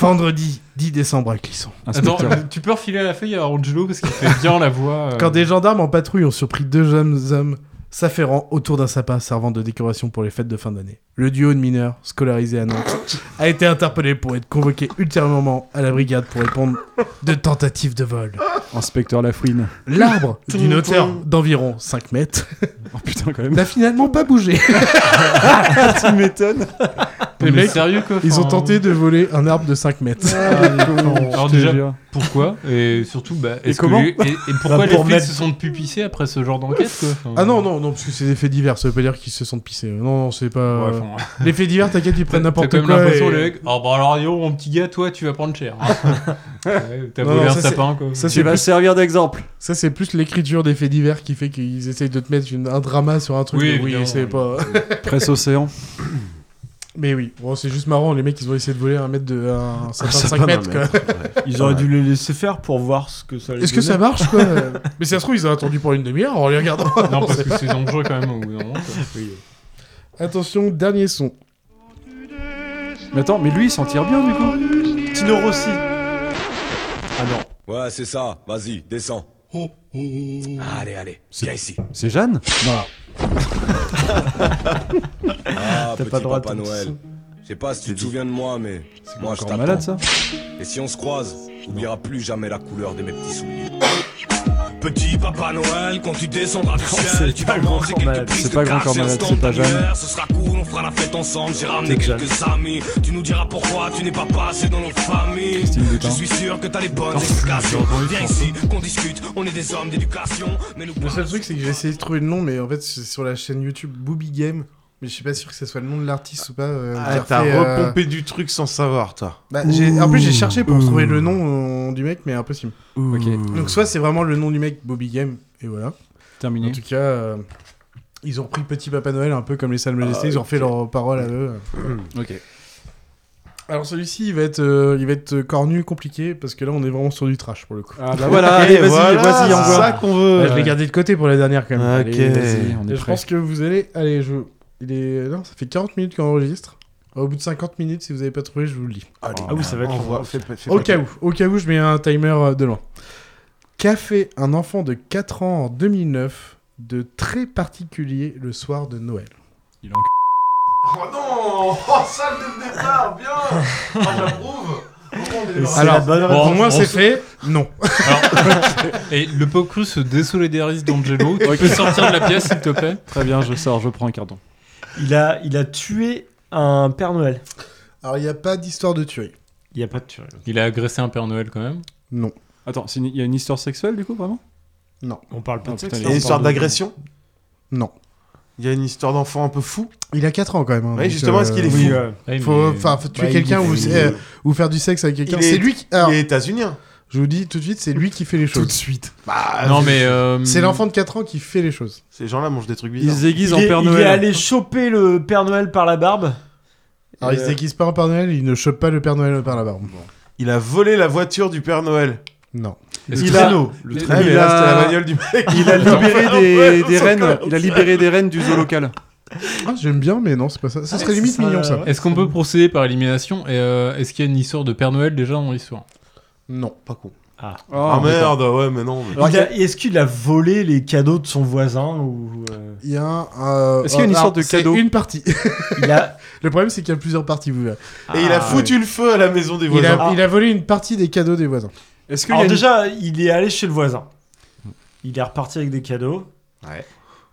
Speaker 4: Vendredi 10 décembre à Clisson.
Speaker 5: Attends, le- tu peux refiler la feuille à Angelo parce qu'il fait bien la voix. euh.
Speaker 4: Quand des gendarmes en patrouille ont surpris deux jeunes hommes s'affairant autour d'un sapin servant de décoration pour les fêtes de fin d'année. Le duo de mineurs, scolarisés à Nantes, a été interpellé pour être convoqué ultérieurement à la brigade pour répondre de tentatives de vol.
Speaker 7: Inspecteur Lafouine.
Speaker 4: L'arbre, d'une
Speaker 7: Ton,
Speaker 4: hauteur
Speaker 7: ton.
Speaker 4: d'environ 5 mètres,
Speaker 7: Oh putain, quand même.
Speaker 4: n'a finalement pas bougé.
Speaker 7: tu m'étonnes.
Speaker 4: Les
Speaker 5: Mais
Speaker 4: mecs,
Speaker 5: sérieux, quoi,
Speaker 4: ils
Speaker 5: enfin,
Speaker 4: ont tenté de voler un arbre de 5 mètres.
Speaker 5: Alors déjà, pourquoi Et surtout, bah,
Speaker 4: Et
Speaker 5: est-ce que
Speaker 4: comment
Speaker 5: les- et, et pourquoi
Speaker 4: Bah,
Speaker 5: les
Speaker 4: pour
Speaker 5: flics
Speaker 4: mettre-
Speaker 5: se sont pupissés après ce genre d'enquête quoi Enfin,
Speaker 4: Ah non, non, non, parce que c'est des faits divers, ça veut pas dire qu'ils se sentent pissés. Non, non, c'est pas.
Speaker 5: Ouais, enfin,
Speaker 4: Les faits divers, t'inquiète, ils prennent
Speaker 5: t'as-
Speaker 4: n'importe
Speaker 5: T'as
Speaker 4: quoi.
Speaker 5: quand même l'impression,
Speaker 4: et-
Speaker 5: les mecs, oh bah alors, yo, mon petit gars, toi, tu vas prendre cher. Ouais, T'as
Speaker 4: Non,
Speaker 5: volé
Speaker 4: non,
Speaker 5: un
Speaker 4: ça,
Speaker 5: sapin,
Speaker 4: c'est-
Speaker 5: quoi.
Speaker 4: ça, c'est plus-
Speaker 7: servir d'exemple.
Speaker 4: Ça, c'est plus l'écriture des faits divers qui fait qu'ils essayent de te mettre une- un drama sur un truc.
Speaker 7: Oui,
Speaker 4: mais oui,
Speaker 7: évidemment.
Speaker 4: c'est pas.
Speaker 7: Presse océan.
Speaker 4: mais oui, bon, c'est juste marrant, les mecs, ils ont essayé de voler un mètre de. Un, sapin de
Speaker 3: sapin
Speaker 4: 5
Speaker 3: d'un
Speaker 4: mètres,
Speaker 3: mètre,
Speaker 4: quoi.
Speaker 3: ouais. Ils auraient dû les laisser faire pour voir ce que ça allait
Speaker 4: Est-ce que ça
Speaker 3: donner.
Speaker 4: marche, quoi Mais ça se trouve, ils ont attendu pour une demi-heure en les regardant.
Speaker 5: Non, parce que c'est dangereux quand même au bout d'un moment. quoi.
Speaker 4: Attention, dernier son.
Speaker 7: Mais attends, mais lui, il s'en tire bien du coup.
Speaker 3: Tino Rossi.
Speaker 14: Ah non. Ouais, c'est ça. Vas-y, descends.
Speaker 7: Oh,
Speaker 14: Ah, Allez, allez, viens ici.
Speaker 7: C'est Jeanne Non.
Speaker 14: Ah,
Speaker 7: T'as
Speaker 14: petit
Speaker 7: pas le droit de
Speaker 14: Papa
Speaker 7: ton
Speaker 14: Noël.
Speaker 7: petit
Speaker 14: Je sais pas si tu te souviens de moi, mais moi je
Speaker 7: encore
Speaker 14: t'attends.
Speaker 7: malade, ça
Speaker 14: Et si on se croise, oubliera plus jamais la couleur de mes petits souliers. Petit Papa Noël, quand tu descendras du ciel, tu vas manger quelques
Speaker 7: malade.
Speaker 14: prises
Speaker 7: C'est
Speaker 14: de
Speaker 7: pas Oh, grand
Speaker 14: cash
Speaker 7: corps
Speaker 14: et un
Speaker 7: malade,
Speaker 14: stand
Speaker 7: c'est pas Jeanne.
Speaker 14: d'hiver. Ce sera cool, on fera la fête ensemble, j'ai ramené
Speaker 7: C'est Jeanne.
Speaker 14: quelques amis. Tu nous diras pourquoi tu n'es pas passé dans nos familles.
Speaker 7: Christine Boutin.
Speaker 14: Je suis sûr que t'as les bonnes
Speaker 7: Oh,
Speaker 14: explications.
Speaker 7: j'ai entendu
Speaker 14: Viens
Speaker 7: François.
Speaker 14: ici, qu'on discute, on est des hommes d'éducation. Mais nous
Speaker 4: Le seul truc, c'est que j'ai essayé de trouver le nom, mais en fait, c'est sur la chaîne YouTube Booby Game. Mais je suis pas sûr que ce soit le nom de l'artiste ou pas. euh, qui
Speaker 6: Ah,
Speaker 4: a
Speaker 6: t'as
Speaker 4: fait, euh,
Speaker 6: repompé du truc sans savoir, toi.
Speaker 4: Bah, j'ai- en plus, j'ai cherché pour
Speaker 6: Ouh.
Speaker 4: trouver le nom euh, du mec, mais impossible.
Speaker 7: Hmm.
Speaker 4: Donc, soit c'est vraiment le nom du mec, Bobby Game, et voilà.
Speaker 7: Terminé.
Speaker 4: En tout cas, euh, ils ont repris Petit Papa Noël, un peu comme les Salmes Majestés,
Speaker 7: Ah,
Speaker 4: ils ont refait
Speaker 7: ok.
Speaker 4: leurs paroles à eux.
Speaker 7: ok.
Speaker 4: Alors, celui-ci, il va être, euh, il va être cornu, compliqué, parce que là, on est vraiment sur du trash pour le coup.
Speaker 7: Ah, bah voilà, allez, vas-y, vas-y,
Speaker 4: c'est
Speaker 7: envoie.
Speaker 4: ça qu'on veut.
Speaker 7: Ouais,
Speaker 4: je l'ai gardé de côté pour la dernière quand même.
Speaker 7: Ok.
Speaker 4: Allez, vas-y,
Speaker 7: On est
Speaker 4: Et je
Speaker 7: prêt.
Speaker 4: pense que vous allez. Allez, je. Il est. Non, ça fait 40 minutes qu'on enregistre. Au bout de 50 minutes, si vous n'avez pas trouvé, je vous le dis.
Speaker 6: Ah oui, ça va être long. Envoie, fais- fais
Speaker 4: Au
Speaker 6: pas
Speaker 4: cas
Speaker 6: peur.
Speaker 4: où, au cas où, je mets un timer euh, de loin. Qu'a fait un enfant de 4 ans en 2009 de très particulier le soir de Noël
Speaker 7: Il
Speaker 6: Oh non Oh, ça le départ, bien J'approuve
Speaker 4: Alors,
Speaker 6: Ah,
Speaker 4: pour moi,
Speaker 5: on
Speaker 4: c'est
Speaker 5: se-
Speaker 4: fait. Non.
Speaker 5: Alors, et le pop crew se désolidarise d'Angelo. Tu peux sortir de la pièce, s'il te plaît
Speaker 7: Très bien, je sors, je prends un carton.
Speaker 3: Il a, il a tué un Père Noël.
Speaker 4: Alors, il n'y a pas d'histoire de tuerie.
Speaker 3: Il n'y a pas de tuerie.
Speaker 5: Il a agressé un Père Noël quand même
Speaker 4: Non.
Speaker 7: Attends, c'est une- il y a une histoire sexuelle du coup, vraiment Ah,
Speaker 4: Non.
Speaker 3: On parle pas de sexe.
Speaker 6: Il y a une histoire d'agression
Speaker 4: Non.
Speaker 6: Il y a une histoire d'enfant un peu fou
Speaker 4: Il a 4 ans quand même. hein,
Speaker 6: Oui,
Speaker 4: donc,
Speaker 6: justement, est-ce qu'il est
Speaker 4: euh,
Speaker 6: fou
Speaker 4: oui, euh,
Speaker 6: Ouais,
Speaker 4: faut,
Speaker 6: mais-
Speaker 4: enfin, faut tuer
Speaker 6: Ouais, il
Speaker 4: quelqu'un
Speaker 6: dit-
Speaker 4: ou,
Speaker 6: il-
Speaker 4: euh, ou faire du sexe avec quelqu'un.
Speaker 6: Il
Speaker 4: C'est
Speaker 6: est-
Speaker 4: lui qui.
Speaker 6: il est états-unien.
Speaker 4: Je vous dis tout de suite, c'est lui qui fait les choses. Tout de
Speaker 6: suite.
Speaker 4: Bah,
Speaker 6: Mm.
Speaker 5: Non, mais, euh,
Speaker 4: C'est l'enfant de 4 ans qui fait les choses.
Speaker 6: Ces gens-là mangent des trucs
Speaker 4: Ils
Speaker 6: bizarres.
Speaker 4: se déguisent
Speaker 3: Il
Speaker 4: en
Speaker 3: est,
Speaker 4: Père
Speaker 3: il est
Speaker 4: Noël.
Speaker 3: allé choper le Père Noël par la barbe.
Speaker 4: Alors, il
Speaker 3: Euh,
Speaker 4: se déguise pas en Père Noël, il ne chope pas le Père Noël par la barbe.
Speaker 6: Il a volé la voiture du Père Noël.
Speaker 4: Non.
Speaker 6: Le
Speaker 4: Est-ce qu'il
Speaker 6: traîneau.
Speaker 4: a-
Speaker 6: Le
Speaker 4: il
Speaker 6: traîneau, mais là,
Speaker 4: a-
Speaker 6: c'était la bagnole du mec.
Speaker 7: Il a libéré
Speaker 6: Ouais,
Speaker 7: des,
Speaker 6: ouais,
Speaker 7: des
Speaker 6: on s'en
Speaker 7: reines.
Speaker 6: calme.
Speaker 7: Il a libéré des reines du zoo local.
Speaker 4: Ah, j'aime bien, mais non, c'est pas ça. Ça serait limite mignon ça.
Speaker 5: Est-ce qu'on peut procéder par élimination Et euh, est-ce qu'il y a une histoire de Père Noël déjà dans l'histoire
Speaker 4: Non, pas con.
Speaker 3: Ah,
Speaker 6: Ah merde, ouais, mais non. mais-
Speaker 3: Il a- Est-ce qu'il a volé les cadeaux de son voisin ou euh,
Speaker 4: Il y a un. euh,
Speaker 3: Est-ce qu'il y a une
Speaker 4: alors,
Speaker 3: sorte de
Speaker 4: c'est
Speaker 3: cadeau
Speaker 4: Une partie.
Speaker 3: Il a-
Speaker 4: Le problème, c'est qu'il y a plusieurs parties, vous verrez.
Speaker 6: Et il a foutu le feu à la maison des
Speaker 4: Il
Speaker 6: voisins.
Speaker 4: a, il a volé une partie des cadeaux des voisins.
Speaker 7: Est-ce
Speaker 3: Alors déjà, il est allé chez le voisin. Il est reparti avec des cadeaux.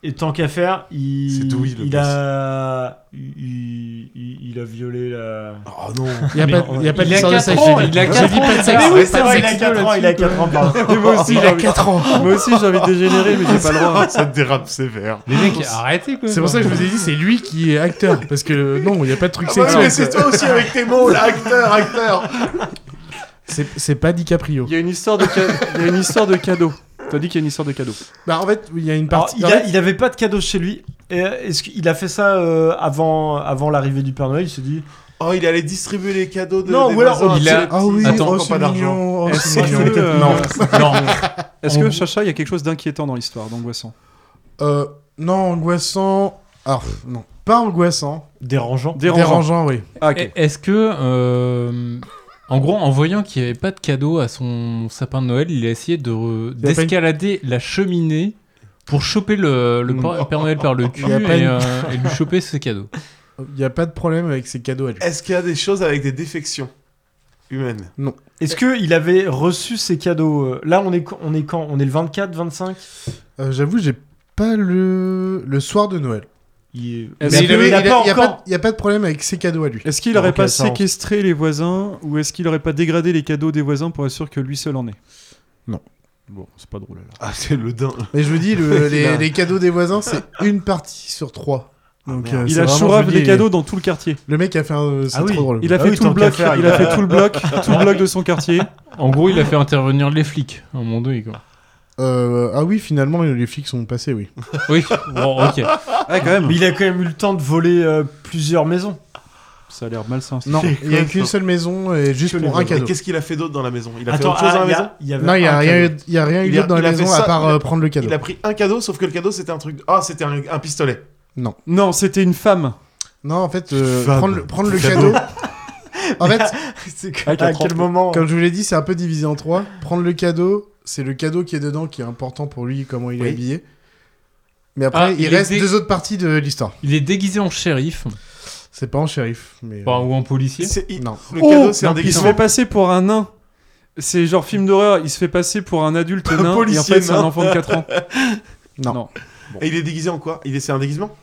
Speaker 3: Et tant qu'à faire, il,
Speaker 6: Dewey, le
Speaker 3: il a, il, il- il a violé la.
Speaker 6: Oh non.
Speaker 4: Il y a pas- il y a pas de histoire de sexe, j'ai dit. J'ai dit pas de sexe.
Speaker 3: Mais oui,
Speaker 4: Restez
Speaker 3: Ah, c'est vrai, il a
Speaker 4: sexy
Speaker 3: 4 ans. Il a 4 ans. pardon.
Speaker 7: Et moi aussi, j'ai envie- Moi aussi, j'ai envie de dégénérer, mais j'ai pas le droit.
Speaker 6: Oh, Ça dérape sévère.
Speaker 5: Les mecs, arrêtez quoi.
Speaker 4: Ah, C'est pour ça que je vous ai dit, c'est lui qui est acteur. Parce que euh, non, il n'y a pas de truc
Speaker 6: Ah bah oui,
Speaker 4: sexuel.
Speaker 6: mais c'est toi aussi avec tes mots, là, acteur, acteur.
Speaker 4: C'est c'est pas DiCaprio.
Speaker 7: Il y a une histoire de, ca- il y a une histoire de cadeau. T'as dit qu'il y a une histoire de cadeau.
Speaker 4: Bah, en fait, il y a une
Speaker 3: Alors,
Speaker 4: partie.
Speaker 3: Ah, il,
Speaker 4: en
Speaker 3: a-
Speaker 4: fait,
Speaker 3: il avait pas de cadeaux chez lui. Et Est-ce qu'il a fait ça euh, avant, avant l'arrivée du Père Noël Il s'est dit.
Speaker 6: Oh, il allait distribuer les cadeaux de.
Speaker 3: Non,
Speaker 6: des
Speaker 3: ou alors, oh,
Speaker 6: voisins.
Speaker 3: il a-
Speaker 6: C'est-
Speaker 4: ah
Speaker 6: c'est-
Speaker 7: Attends,
Speaker 6: ils ont pas d'argent.
Speaker 7: Est-ce que, euh, Est-ce que, Chacha, il y a quelque chose d'inquiétant dans l'histoire, d'angoissant
Speaker 4: euh, non, angoissant. Alors, pff, non. Pas angoissant.
Speaker 3: Dérangeant.
Speaker 4: Dérangeant, oui.
Speaker 7: Ah,
Speaker 5: Et- Est-ce que, euh, en gros, en voyant qu'il n'y avait pas de cadeau à son sapin de Noël, il a essayé de re-
Speaker 4: Il y a pas
Speaker 5: d'escalader la cheminée pour choper le, le
Speaker 4: Non.
Speaker 5: Père Noël par le
Speaker 4: Il
Speaker 5: cul
Speaker 4: y a pas
Speaker 5: et,
Speaker 4: une-
Speaker 5: euh, et lui choper ses cadeaux.
Speaker 4: Il n'y a pas de problème avec ses cadeaux à lui.
Speaker 6: Est-ce qu'il y a des choses avec des défections humaines
Speaker 4: Non.
Speaker 3: Est-ce qu'il avait reçu ses cadeaux euh, Là, on est, qu- on est quand On est le 24, 25
Speaker 4: Euh, J'avoue, j'ai pas le... le soir de Noël.
Speaker 3: Il
Speaker 4: Mais
Speaker 3: Est-ce
Speaker 4: il
Speaker 3: que-
Speaker 4: avait-
Speaker 3: il a
Speaker 4: il a-
Speaker 3: pas
Speaker 4: il y a
Speaker 3: encore-
Speaker 4: pas de- il y a pas de problème avec ses cadeaux à lui.
Speaker 7: Est-ce qu'il aurait
Speaker 4: Donc,
Speaker 7: pas
Speaker 4: euh, ça, on-
Speaker 7: séquestré les voisins ou est-ce qu'il aurait pas dégradé les cadeaux des voisins pour être sûr que lui seul en est
Speaker 4: Non.
Speaker 7: Bon, c'est pas drôle alors.
Speaker 6: Ah, c'est le dingue.
Speaker 4: Mais je vous dis, le-
Speaker 6: Il
Speaker 4: les,
Speaker 6: a-
Speaker 4: les cadeaux des voisins, c'est une partie sur trois. Donc, euh,
Speaker 7: il
Speaker 4: c'est
Speaker 7: a
Speaker 4: vraiment,
Speaker 7: chourave
Speaker 4: je vous
Speaker 7: les
Speaker 4: dis,
Speaker 7: cadeaux dans tout le quartier.
Speaker 4: Le mec a fait un. euh, C'est
Speaker 7: Ah oui.
Speaker 4: trop drôle.
Speaker 7: Il a fait tout le bloc. il a fait tout le bloc, tout le bloc de son quartier.
Speaker 5: En gros, il a fait intervenir les flics à un moment donné. Quoi.
Speaker 4: Euh, ah oui, finalement, les flics sont passés, oui.
Speaker 5: Oui, bon, ok.
Speaker 7: Ouais, Ah, quand même.
Speaker 3: Mais il a quand même eu le temps de voler euh, plusieurs maisons.
Speaker 7: Ça a l'air malsain. ça.
Speaker 4: Non, il n'y a qu'une seule maison et juste
Speaker 3: Que
Speaker 4: pour
Speaker 3: les
Speaker 4: un
Speaker 6: Et
Speaker 4: cadeau.
Speaker 6: qu'est-ce qu'il a fait d'autre dans la maison Il a
Speaker 3: Attends,
Speaker 6: fait autre chose
Speaker 3: ah,
Speaker 6: dans
Speaker 3: il y
Speaker 6: la
Speaker 3: a-
Speaker 6: maison
Speaker 3: il y avait
Speaker 4: Non, il n'y a,
Speaker 3: un
Speaker 4: rien
Speaker 3: cadeau.
Speaker 4: eu- il y a rien eu
Speaker 6: Il
Speaker 4: d'autre dans
Speaker 6: il
Speaker 4: la
Speaker 6: fait
Speaker 4: maison
Speaker 6: ça,
Speaker 4: à part
Speaker 6: il a-
Speaker 4: euh, prendre le cadeau.
Speaker 6: Il a pris un cadeau, sauf que le cadeau c'était un truc. Ah, c'était un, un pistolet.
Speaker 4: Non.
Speaker 7: Non, c'était une femme.
Speaker 4: Non, en fait, euh,
Speaker 7: Femme.
Speaker 4: prendre le, prendre le
Speaker 7: Cadeau.
Speaker 4: cadeau. en fait,
Speaker 3: C'est que-
Speaker 7: Ah,
Speaker 3: à
Speaker 7: quatre
Speaker 3: quel
Speaker 7: ans.
Speaker 3: moment
Speaker 4: comme je vous l'ai dit, c'est un peu divisé en trois. Prendre le cadeau, c'est le cadeau qui est dedans qui est important pour lui, comment il est
Speaker 6: Oui.
Speaker 4: habillé. Mais après,
Speaker 5: Ah,
Speaker 4: il,
Speaker 5: il est
Speaker 4: reste
Speaker 5: dé-
Speaker 4: deux autres parties de l'histoire.
Speaker 5: Il est déguisé en shérif,
Speaker 4: C'est pas en shérif, mais.
Speaker 5: enfin, ou en policier.
Speaker 6: C'est- il-
Speaker 4: Non.
Speaker 6: Le cadeau,
Speaker 7: Oh
Speaker 6: c'est un
Speaker 7: Il se
Speaker 6: déguisement.
Speaker 7: fait passer pour un nain. C'est genre film d'horreur, il se fait passer pour un adulte
Speaker 6: Un
Speaker 7: nain et en
Speaker 6: policier
Speaker 7: fait c'est un
Speaker 6: nain.
Speaker 7: enfant de 4 ans.
Speaker 4: Non.
Speaker 6: Et il est déguisé en quoi Il est- C'est un déguisement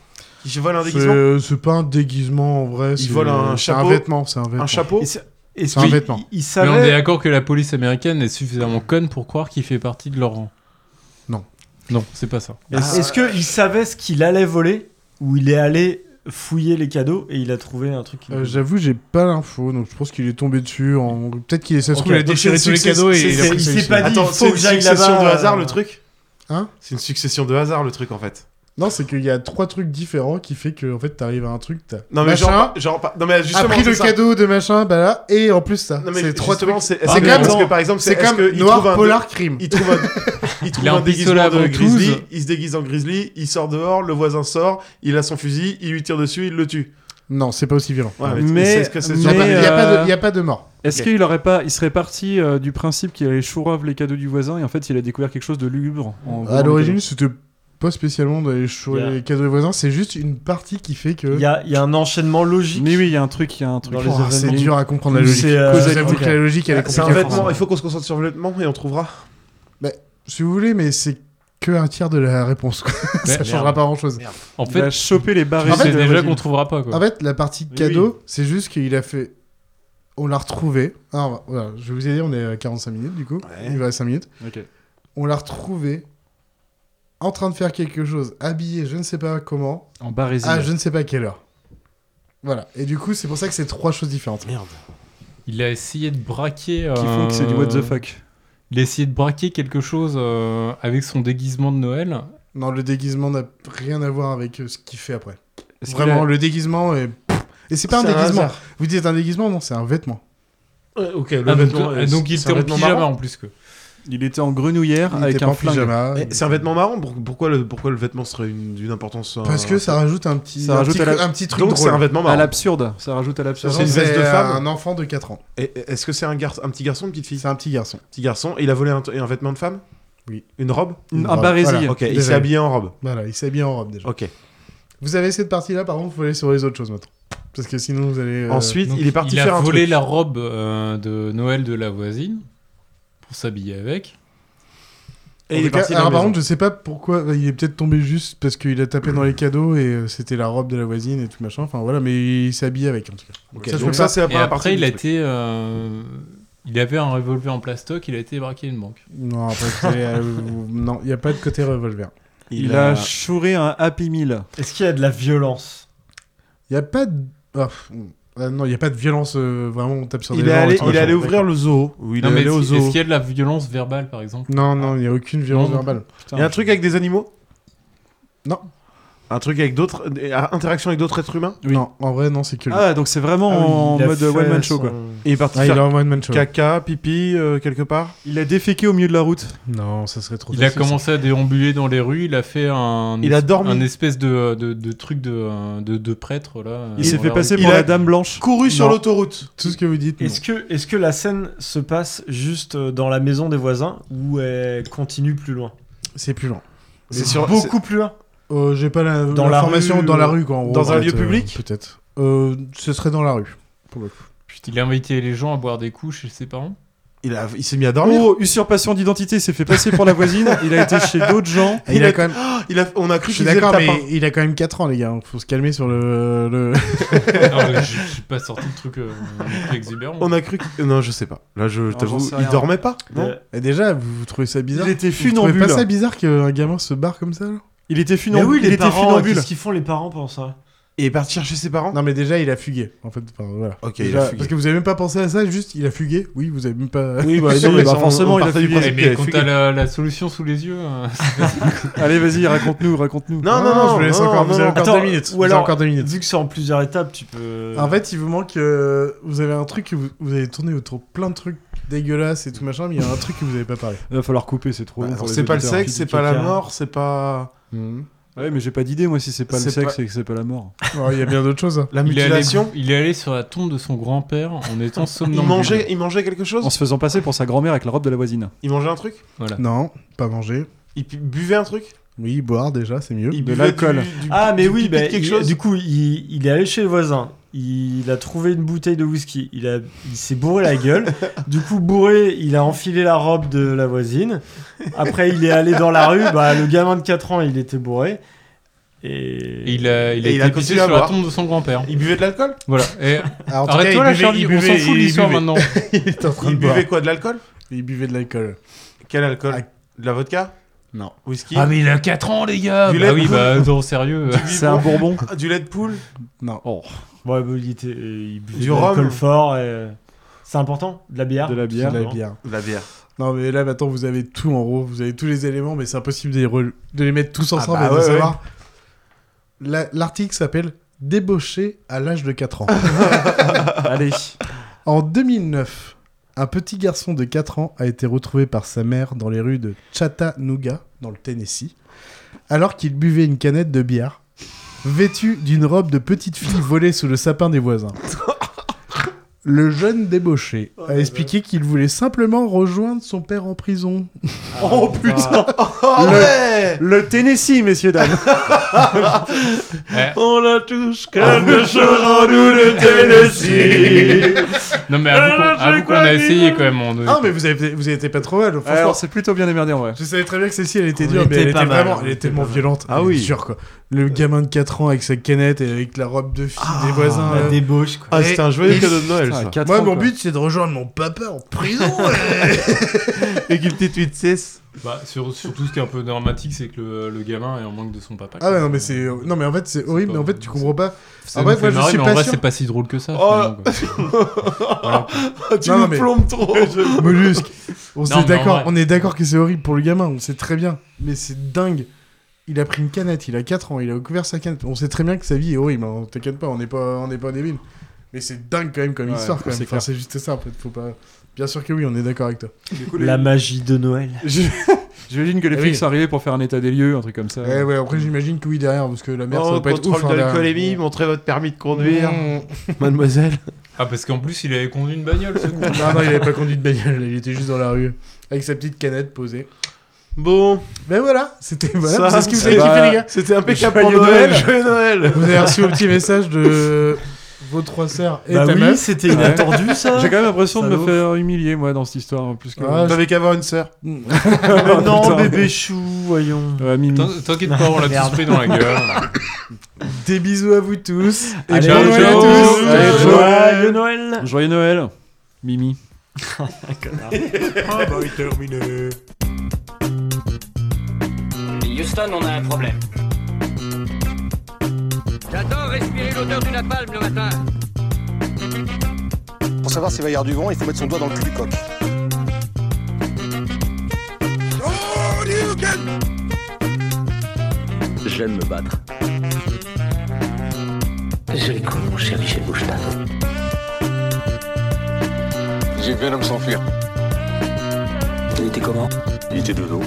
Speaker 6: Il vole un déguisement
Speaker 4: euh, C'est c'est pas un déguisement en vrai.
Speaker 6: Il
Speaker 4: c'est- euh,
Speaker 6: vole un
Speaker 4: c'est
Speaker 6: chapeau.
Speaker 4: Un vêtement, c'est un vêtement.
Speaker 6: Un chapeau
Speaker 3: Et c'est- et
Speaker 4: C'est un
Speaker 3: oui,
Speaker 4: vêtement.
Speaker 3: Il, il
Speaker 5: Mais on est
Speaker 3: savait.
Speaker 5: d'accord que la police américaine est suffisamment conne pour croire qu'il fait partie de leur rang.
Speaker 4: Non.
Speaker 5: Non, c'est pas ça.
Speaker 3: Est-ce est-ce que qu'il savait ce qu'il allait voler ou il est allé fouiller les cadeaux et il a trouvé un truc qui...
Speaker 4: Euh, J'avoue, j'ai pas l'info, donc je pense qu'il est tombé dessus. En... Peut-être qu'il est ça se
Speaker 3: Ok,
Speaker 4: trouve, il a
Speaker 3: donc
Speaker 4: déchiré
Speaker 3: c'est
Speaker 4: tous
Speaker 3: une
Speaker 4: les cadeaux et
Speaker 3: success-
Speaker 4: il a
Speaker 3: c'est-
Speaker 4: pris
Speaker 3: il
Speaker 4: celui-ci.
Speaker 3: s'est pas dit,
Speaker 6: Attends,
Speaker 3: faut
Speaker 6: c'est
Speaker 3: que
Speaker 6: une
Speaker 3: j'aille
Speaker 6: succession
Speaker 3: là-bas,
Speaker 6: de hasard
Speaker 3: euh,
Speaker 6: le truc
Speaker 4: Hein
Speaker 6: C'est une succession de hasard le truc en fait.
Speaker 4: Non, c'est qu'il y a trois trucs différents qui fait que en fait t'arrives à un truc. T'as
Speaker 6: Non mais
Speaker 4: machin,
Speaker 6: genre, pas- genre pas- non mais
Speaker 4: a
Speaker 6: justement
Speaker 4: pris
Speaker 6: c'est
Speaker 4: le
Speaker 6: ça.
Speaker 4: cadeau de machin, bah là, et en plus ça.
Speaker 6: Non mais
Speaker 4: C'est trois
Speaker 6: justement,
Speaker 4: trucs.
Speaker 6: c'est
Speaker 4: C'est
Speaker 6: comme parce
Speaker 4: comme,
Speaker 6: que par exemple
Speaker 4: c'est
Speaker 6: est-ce que
Speaker 4: comme
Speaker 6: il
Speaker 4: noir
Speaker 6: trouve un-
Speaker 4: polar crime.
Speaker 6: Il trouve un, il trouve
Speaker 5: Il a
Speaker 6: un
Speaker 5: un pistolet
Speaker 6: déguisement
Speaker 5: à
Speaker 6: de
Speaker 5: ventouse.
Speaker 6: grizzly, il se déguise en grizzly, il sort dehors, le voisin sort, il a son fusil, il lui tire dessus, il le tue.
Speaker 4: Non, c'est pas aussi violent.
Speaker 6: Ouais, mais,
Speaker 7: Mais-
Speaker 6: c'est ce que c'est
Speaker 7: mais, euh,
Speaker 4: Il y a pas- il y a pas de- il y a pas de mort.
Speaker 7: Est-ce
Speaker 6: Ok.
Speaker 7: qu'il aurait pas il serait parti euh, du principe qu'il allait chourave les cadeaux du voisin et en fait il a découvert quelque chose de lugubre en volant
Speaker 4: À
Speaker 7: les
Speaker 4: l'origine,
Speaker 7: cadeaux.
Speaker 4: c'était pas spécialement d'aller chouer
Speaker 3: Il y a-
Speaker 4: les cadeaux des voisins, c'est juste une partie qui fait que.
Speaker 3: Il y, a, il y a un enchaînement logique.
Speaker 7: Mais oui, il y a un truc, il y a un truc.
Speaker 3: Dans les
Speaker 4: Oh, c'est
Speaker 3: événements.
Speaker 4: dur à comprendre la
Speaker 3: Ou
Speaker 4: logique.
Speaker 3: c'est, euh,
Speaker 4: Je vous avoue
Speaker 3: ok.
Speaker 4: que la logique elle est
Speaker 6: C'est
Speaker 4: compliquée.
Speaker 6: un
Speaker 4: à
Speaker 6: vêtement,
Speaker 4: comprendre.
Speaker 6: il faut qu'on se concentre sur le vêtement et on trouvera.
Speaker 4: Bah, si vous voulez, mais c'est que un tiers de la réponse. quoi. ça
Speaker 5: Merde.
Speaker 4: changera pas grand chose.
Speaker 5: Merde. En fait,
Speaker 4: a chopé
Speaker 5: en fait, c'est déjà qu'on trouvera pas, quoi.
Speaker 4: En fait, la partie
Speaker 5: Oui,
Speaker 4: cadeau,
Speaker 5: oui.
Speaker 4: c'est juste qu'il a fait. On l'a retrouvé. Alors, voilà, je vais vous ai dit, on est à 45 minutes du coup. Il va à 5 minutes.
Speaker 7: Ok.
Speaker 4: On l'a retrouvé en train de faire quelque chose, habillé, je ne sais pas comment.
Speaker 7: En barésie.
Speaker 4: Ah, je ne sais pas à quelle heure. Voilà. Et du coup, c'est pour ça que c'est trois choses différentes. Merde.
Speaker 5: Il a essayé de braquer. euh,
Speaker 4: Qui font que c'est du what the fuck.
Speaker 5: Il a essayé de braquer quelque chose euh, avec son déguisement de Noël.
Speaker 4: Non, le déguisement n'a rien à voir avec euh, ce qu'il fait après.
Speaker 5: Est-ce qu'il
Speaker 4: Vraiment,
Speaker 5: a-
Speaker 4: le déguisement est. Et c'est pas un
Speaker 5: C'est un
Speaker 4: déguisement.
Speaker 5: hasard.
Speaker 4: Vous dites un déguisement, non, c'est un vêtement.
Speaker 5: ok, le Ah, donc- vêtement, euh, donc il c'est un était en vêtement pyjama, marrant en plus, que.
Speaker 7: Il était en grenouillère
Speaker 6: Ah,
Speaker 7: avec un flingue.
Speaker 4: Mm.
Speaker 6: Mais C'est un vêtement marrant. pour- Pourquoi le, pourquoi le vêtement serait une- d'une importance euh,
Speaker 4: Parce que ça rajoute un petit,
Speaker 6: Ça
Speaker 4: un
Speaker 6: rajoute
Speaker 4: petit-
Speaker 6: à la-
Speaker 4: un petit truc
Speaker 6: Donc c'est
Speaker 4: drôle. euh,
Speaker 6: un vêtement marrant.
Speaker 7: Ça rajoute à l'absurde.
Speaker 6: C'est une veste de femme.
Speaker 4: un enfant de 4 ans.
Speaker 6: Et- et- Est-ce que c'est un, gar... un petit garçon, une petite fille
Speaker 4: C'est un petit garçon.
Speaker 6: Petit garçon. Et il a volé un, t- et un vêtement de femme
Speaker 4: Oui.
Speaker 6: Une robe
Speaker 4: Une- un barésil.
Speaker 6: Voilà. Ok, il s'est
Speaker 4: Désolé.
Speaker 6: habillé en robe.
Speaker 4: Voilà, il s'est habillé en robe déjà.
Speaker 6: Ok.
Speaker 4: Vous avez cette partie-là, par contre, vous faut aller sur les autres choses maintenant. Parce que sinon, vous allez. euh,
Speaker 5: Donc, il a volé la robe euh, de Noël de la voisine pour s'habiller avec.
Speaker 4: En tout cas, alors, par contre, je sais pas pourquoi. Il est peut-être tombé juste parce qu'il a tapé dans les cadeaux et euh, c'était la robe de la voisine et tout machin. Enfin voilà, mais il s'est habillé avec en tout cas.
Speaker 6: Ok,
Speaker 4: je
Speaker 6: donc
Speaker 4: peux
Speaker 6: ça,
Speaker 4: pas.
Speaker 6: c'est la
Speaker 5: Et après, il a été. euh, il avait un revolver en plastoc, il a été braqué une banque.
Speaker 4: Non, après, c'est, euh, non, il n'y a pas de côté revolver.
Speaker 7: Il, a... chouré un Happy Meal.
Speaker 3: Est-ce qu'il y a de la violence
Speaker 4: Il n'y a pas de. ah, pff, ah, non, il n'y a pas de violence euh, vraiment. On tape sur
Speaker 6: Il
Speaker 4: des
Speaker 6: est
Speaker 4: gens,
Speaker 6: allé-
Speaker 4: et tout
Speaker 6: il est
Speaker 4: machin.
Speaker 6: allé ouvrir
Speaker 4: D'accord.
Speaker 6: le zoo. Ou il
Speaker 5: Non,
Speaker 6: est
Speaker 5: mais
Speaker 6: allé au
Speaker 5: est-ce-
Speaker 6: zoo.
Speaker 5: Est-ce qu'il y a de la violence verbale, par exemple
Speaker 4: Non, non, il n'y a aucune violence
Speaker 5: Non.
Speaker 4: verbale.
Speaker 6: Il y a un truc avec des animaux
Speaker 4: Non.
Speaker 6: Un truc avec d'autres. des- Interaction avec d'autres êtres humains
Speaker 4: Non, en vrai, non, c'est que. lui.
Speaker 7: Ah, donc c'est vraiment
Speaker 6: Ah oui,
Speaker 7: en
Speaker 6: il a
Speaker 7: mode
Speaker 6: fait
Speaker 7: one man show
Speaker 6: son-
Speaker 7: quoi.
Speaker 6: Et il est parti
Speaker 4: Ah, il
Speaker 6: faire
Speaker 4: est en one man show.
Speaker 6: Caca, pipi, euh, quelque part
Speaker 7: Il a déféqué au milieu de la route.
Speaker 4: Non, ça serait trop
Speaker 5: Il a commencé à déambuler dans les rues, il a fait un,
Speaker 6: Il a dormi.
Speaker 5: un espèce de, de, de truc de, de, de prêtre. Là,
Speaker 7: Il s'est
Speaker 5: dans
Speaker 7: fait
Speaker 5: la
Speaker 7: passer
Speaker 5: rue.
Speaker 7: pour la dame blanche.
Speaker 6: Couru
Speaker 5: sur
Speaker 6: l'autoroute.
Speaker 4: Tout ce que vous dites.
Speaker 15: Est-ce que, est que la scène se passe juste euh, dans la maison des voisins ou elle continue plus loin
Speaker 4: C'est plus loin.
Speaker 15: C'est sur- beaucoup plus loin.
Speaker 4: Euh, J'ai pas la-
Speaker 15: Dans la
Speaker 4: l'information
Speaker 15: rue,
Speaker 4: dans la
Speaker 15: euh,
Speaker 4: rue, quoi. en gros,
Speaker 15: dans un
Speaker 4: peut-être,
Speaker 5: lieu public
Speaker 4: euh, Peut-être. Euh, ce serait dans la rue. Pour le coup.
Speaker 5: Putain, Il a invité les gens à boire des couches chez ses parents.
Speaker 6: Il, a- il s'est mis à dormir.
Speaker 7: Oh, usurpation d'identité, il s'est fait passer pour la voisine. Il a été chez d'autres gens.
Speaker 4: Et Ah, il, a, quand même.
Speaker 6: il a- on a cru
Speaker 4: Je suis
Speaker 6: qu'il faisait
Speaker 4: d'accord,
Speaker 6: le
Speaker 4: mais
Speaker 6: tapin.
Speaker 4: il a quand même 4 ans, les gars. donc Faut se calmer sur le. le-
Speaker 5: non, mais j'ai j'ai pas sorti le truc euh, le truc exubérant.
Speaker 6: On a cru que. Non, je sais pas. Là, je
Speaker 5: j'en
Speaker 6: t'avoue,
Speaker 5: sais
Speaker 6: il
Speaker 5: rien.
Speaker 6: dormait pas.
Speaker 5: Non.
Speaker 3: Euh,
Speaker 6: Non
Speaker 4: Et déjà, vous, vous trouvez ça bizarre
Speaker 7: Il était
Speaker 4: Vous
Speaker 7: funambule. hein.
Speaker 4: trouvez pas ça bizarre qu'un gamin se barre comme ça là
Speaker 7: Il était
Speaker 15: Mais
Speaker 7: funambule.
Speaker 15: oui, les
Speaker 7: il était
Speaker 15: parents,
Speaker 7: funambule.
Speaker 15: qu'est-ce qu'ils font les parents pendant ça
Speaker 6: Et partir chez ses parents
Speaker 4: Non, mais déjà, il a fugué. En fait, enfin, voilà.
Speaker 6: Ok,
Speaker 4: Déjà,
Speaker 6: il a fugué.
Speaker 4: Parce que vous avez même pas pensé à ça, juste il a fugué. Oui, vous avez même pas.
Speaker 7: Oui, bah,
Speaker 4: Sur
Speaker 7: non,
Speaker 4: les
Speaker 7: bah,
Speaker 4: enfants,
Speaker 7: forcément,
Speaker 4: on
Speaker 7: il a
Speaker 4: partait du
Speaker 7: fugué.
Speaker 5: Eh,
Speaker 4: principe
Speaker 5: mais
Speaker 4: qu'il a
Speaker 5: quand
Speaker 4: fugué.
Speaker 5: t'as la, la solution sous les yeux. euh,
Speaker 7: Allez, vas-y, raconte-nous, raconte-nous.
Speaker 4: Non, non, non, Ah, je vous laisse encore- vous avez encore
Speaker 15: Attends,
Speaker 4: deux minutes. Vous
Speaker 15: Ou
Speaker 4: avez
Speaker 15: alors,
Speaker 4: encore deux minutes.
Speaker 15: vu que c'est en plusieurs étapes, tu peux.
Speaker 4: En fait, il vous manque. euh, vous avez un truc que vous, vous avez tourné autour de plein de trucs dégueulasses et tout machin, mais il y a un truc que vous avez pas parlé.
Speaker 7: Il va falloir couper, c'est trop.
Speaker 4: Bah,
Speaker 7: long pour
Speaker 4: c'est
Speaker 7: les
Speaker 4: pas le
Speaker 7: auditeurs.
Speaker 4: sexe,
Speaker 6: C'est pas la mort, c'est pas.
Speaker 7: Ouais, mais j'ai pas d'idée, moi, si c'est pas le
Speaker 6: C'est
Speaker 7: sexe
Speaker 6: pas-
Speaker 7: et que c'est pas la mort.
Speaker 4: Oh, Il y a bien d'autres choses.
Speaker 6: La
Speaker 5: il, est allé,
Speaker 6: mutilation
Speaker 5: il est allé sur la tombe de son grand-père en étant
Speaker 6: il
Speaker 5: somnambule.
Speaker 6: mangeait, il mangeait quelque chose
Speaker 7: En se faisant passer pour sa grand-mère avec la robe de la voisine.
Speaker 6: Il mangeait un truc
Speaker 5: Voilà.
Speaker 4: Non, pas manger.
Speaker 6: Il pu- buvait un truc
Speaker 4: Oui, boire déjà, c'est mieux.
Speaker 6: Il De buvait l'alcool. du-
Speaker 15: Ah, mais
Speaker 6: du
Speaker 15: oui,
Speaker 6: pipi de
Speaker 3: ben,
Speaker 15: bah,
Speaker 6: quelque
Speaker 15: il-
Speaker 6: chose
Speaker 15: du coup, il, il est allé chez le voisin. Il a trouvé une bouteille de whisky. Il, a- il s'est bourré la gueule. du coup, bourré, il a enfilé la robe de la voisine. Après, il est allé dans la rue. Bah, le gamin de 4 ans, il était bourré. Et,
Speaker 5: Et il a, il a
Speaker 15: Et
Speaker 5: été
Speaker 15: a
Speaker 5: pissé
Speaker 15: continué à
Speaker 5: sur la
Speaker 15: boire.
Speaker 5: tombe de son grand-père.
Speaker 6: Il buvait de l'alcool
Speaker 5: Voilà. Et...
Speaker 4: Alors, Ah, en tout cas,
Speaker 5: Arrête-toi
Speaker 4: il
Speaker 5: là,
Speaker 4: buvait-
Speaker 5: Charlie,
Speaker 4: il
Speaker 5: on s'en
Speaker 4: buvait-
Speaker 5: fout
Speaker 4: il
Speaker 5: de l'histoire
Speaker 4: buvait.
Speaker 5: maintenant.
Speaker 4: il est en train
Speaker 6: Il
Speaker 4: de boire.
Speaker 6: buvait quoi De l'alcool
Speaker 4: Il buvait de l'alcool.
Speaker 6: Quel alcool De la vodka
Speaker 4: Non.
Speaker 6: Whisky
Speaker 5: Ah, mais il a 4 ans, les gars
Speaker 6: Du
Speaker 5: Bah
Speaker 6: lait-
Speaker 5: oui, bah non, sérieux.
Speaker 6: Du
Speaker 5: C'est un
Speaker 6: biberon Ah, Du lait de poule
Speaker 4: Non.
Speaker 7: Oh,
Speaker 15: Ouais, bah, il était. Il buvait
Speaker 6: Du
Speaker 15: de l'alcool
Speaker 6: rhum.
Speaker 15: fort. et- euh, C'est important De la bière
Speaker 7: De la bière.
Speaker 4: De la bière.
Speaker 6: De la bière.
Speaker 4: Non, mais là maintenant vous avez tout en gros, vous avez tous les éléments, mais c'est impossible de les, re- de les mettre tous ensemble
Speaker 6: bah
Speaker 4: et de
Speaker 6: ouais,
Speaker 4: savoir. La- L'article s'appelle Débauché à l'âge de 4 ans.
Speaker 7: Allez.
Speaker 4: En 2009, un petit garçon de 4 ans a été retrouvé par sa mère dans les rues de Chattanooga, dans le Tennessee, alors qu'il buvait une canette de bière, vêtu d'une robe de petite fille volée sous le sapin des voisins. Le jeune débauché
Speaker 13: Oh
Speaker 4: a expliqué qu'il voulait simplement rejoindre son père en prison.
Speaker 6: Oh putain
Speaker 13: Le-
Speaker 6: ouais
Speaker 13: Le Tennessee, messieurs dames.
Speaker 6: On a tous quelque chose en nous de Tennessee
Speaker 5: Non, mais avoue qu'on- avoue qu'on a essayé quand même. on-
Speaker 4: Ah, mais vous avez, vous avez été pas trop mal. Franchement,
Speaker 13: Alors, c'est plutôt bien démerdé en vrai.
Speaker 4: Je savais très bien que celle-ci, elle était
Speaker 13: On
Speaker 4: dure, mais
Speaker 13: était
Speaker 4: elle
Speaker 13: pas
Speaker 4: était
Speaker 13: mal,
Speaker 4: vraiment,
Speaker 13: on
Speaker 4: elle est
Speaker 13: était
Speaker 4: tellement
Speaker 13: pas mal.
Speaker 4: violente.
Speaker 13: Ah
Speaker 4: Elle est
Speaker 13: oui.
Speaker 4: dure, quoi. Le gamin de 4 ans avec sa canette et avec la robe de fille
Speaker 13: Ah,
Speaker 4: des voisins.
Speaker 15: la
Speaker 4: euh.
Speaker 15: débauche, quoi.
Speaker 6: Ah, c'était un joyeux
Speaker 4: Et-
Speaker 6: cadeau de Noël,
Speaker 4: Putain,
Speaker 6: ça.
Speaker 4: quatre
Speaker 6: Moi,
Speaker 4: ans,
Speaker 6: mon
Speaker 4: quoi.
Speaker 6: but, c'est de rejoindre mon papa en prison Et qu'il petite 8 6
Speaker 5: Bah, sur- surtout, ce qui est un peu dramatique, c'est que le, le gamin est en manque de son papa.
Speaker 4: Ah ouais, non, mais c'est,
Speaker 5: Euh,
Speaker 4: non, mais en fait, c'est horrible, mais en fait, tu comprends pas.
Speaker 5: Ça
Speaker 4: En
Speaker 5: nous
Speaker 4: fait, Ah moi,
Speaker 5: fait
Speaker 4: je
Speaker 5: marrer,
Speaker 4: suis
Speaker 5: mais en
Speaker 4: pas
Speaker 5: vrai,
Speaker 4: sûr.
Speaker 5: c'est pas si drôle que ça.
Speaker 6: Oh.
Speaker 5: finalement, quoi. Voilà.
Speaker 6: Ah, Tu nous plombes trop.
Speaker 4: Mollusque. On,
Speaker 5: Non,
Speaker 4: s'est
Speaker 5: mais en
Speaker 4: d'accord,
Speaker 5: vrai.
Speaker 4: on est d'accord que c'est horrible pour le gamin, on sait très bien. Mais c'est dingue. Il a pris une canette, il a 4 ans, il a ouvert sa canette. On sait très bien que sa vie est horrible, hein, t'inquiète pas, on n'est pas, on n'est pas débiles. Mais c'est dingue quand même comme
Speaker 7: Ouais,
Speaker 4: histoire, quand même.
Speaker 7: c'est
Speaker 4: Enfin,
Speaker 7: clair.
Speaker 4: c'est juste ça, en fait. Faut pas... Bien sûr que oui, on est d'accord avec toi.
Speaker 15: La magie de Noël.
Speaker 7: Je- J'imagine que les
Speaker 4: Eh
Speaker 7: flics
Speaker 4: oui.
Speaker 7: sont arrivés pour faire un état des lieux, un truc comme ça.
Speaker 4: Eh ouais, après j'imagine que oui derrière, parce que la merde, ça
Speaker 6: Oh,
Speaker 4: doit pas être ouf.
Speaker 6: contrôle
Speaker 4: hein, derrière.
Speaker 6: d'alcoolémie, montrez votre permis de conduire.
Speaker 4: Mmh.
Speaker 6: Mademoiselle.
Speaker 5: Ah, parce qu'en plus, il avait conduit une bagnole, ce con.
Speaker 4: non, non, il avait pas conduit de bagnole, il était juste dans la rue, avec sa petite canette posée.
Speaker 6: Bon.
Speaker 4: Ben voilà, c'était voilà,
Speaker 6: Ça,
Speaker 4: c'est ce qui vous
Speaker 6: eh
Speaker 4: a kiffé,
Speaker 6: bah,
Speaker 4: les gars.
Speaker 6: c'était impeccable
Speaker 4: Joyeux
Speaker 6: pour Noël, joyeux Noël.
Speaker 4: Vous avez reçu un petit message de vos trois sœurs et
Speaker 15: Bah
Speaker 4: ta
Speaker 15: oui,
Speaker 4: meuf.
Speaker 15: c'était inattendu, ça.
Speaker 7: J'ai quand même l'impression de
Speaker 15: Ça
Speaker 7: me
Speaker 15: vaut.
Speaker 7: faire humilier, moi, dans cette histoire. hein, Plus que...
Speaker 4: Ah,
Speaker 6: T'avais qu'à avoir une sœur.
Speaker 7: Ah, putain.
Speaker 15: chou, voyons.
Speaker 7: Ouais, Mimi.
Speaker 5: T'in- T'inquiète pas, on l'a tous pris dans la gueule.
Speaker 4: Des bisous à vous tous. Et
Speaker 15: Allez,
Speaker 4: bon
Speaker 15: ciao,
Speaker 4: Noël à
Speaker 15: ciao.
Speaker 4: tous.
Speaker 7: Allez,
Speaker 4: Joyeux
Speaker 7: ciao.
Speaker 4: Noël.
Speaker 15: Joyeux Oh, Noël.
Speaker 7: Joyeux Noël, Mimi.
Speaker 16: Houston, on a un problème. J'adore respirer l'odeur du napalm le matin.
Speaker 14: Pour savoir s'il va y avoir du vent, il faut mettre son doigt dans le cul du coq.
Speaker 12: J'aime me battre. Je rigole, mon cher Michel Bouchard.
Speaker 14: J'ai vu un homme s'enfuir.
Speaker 12: Il était comment
Speaker 14: Il était de dos.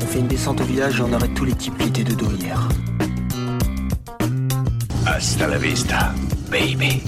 Speaker 12: On fait une descente au village et on arrête tous les types qui étaient de dos hier.
Speaker 14: Hasta la vista, baby.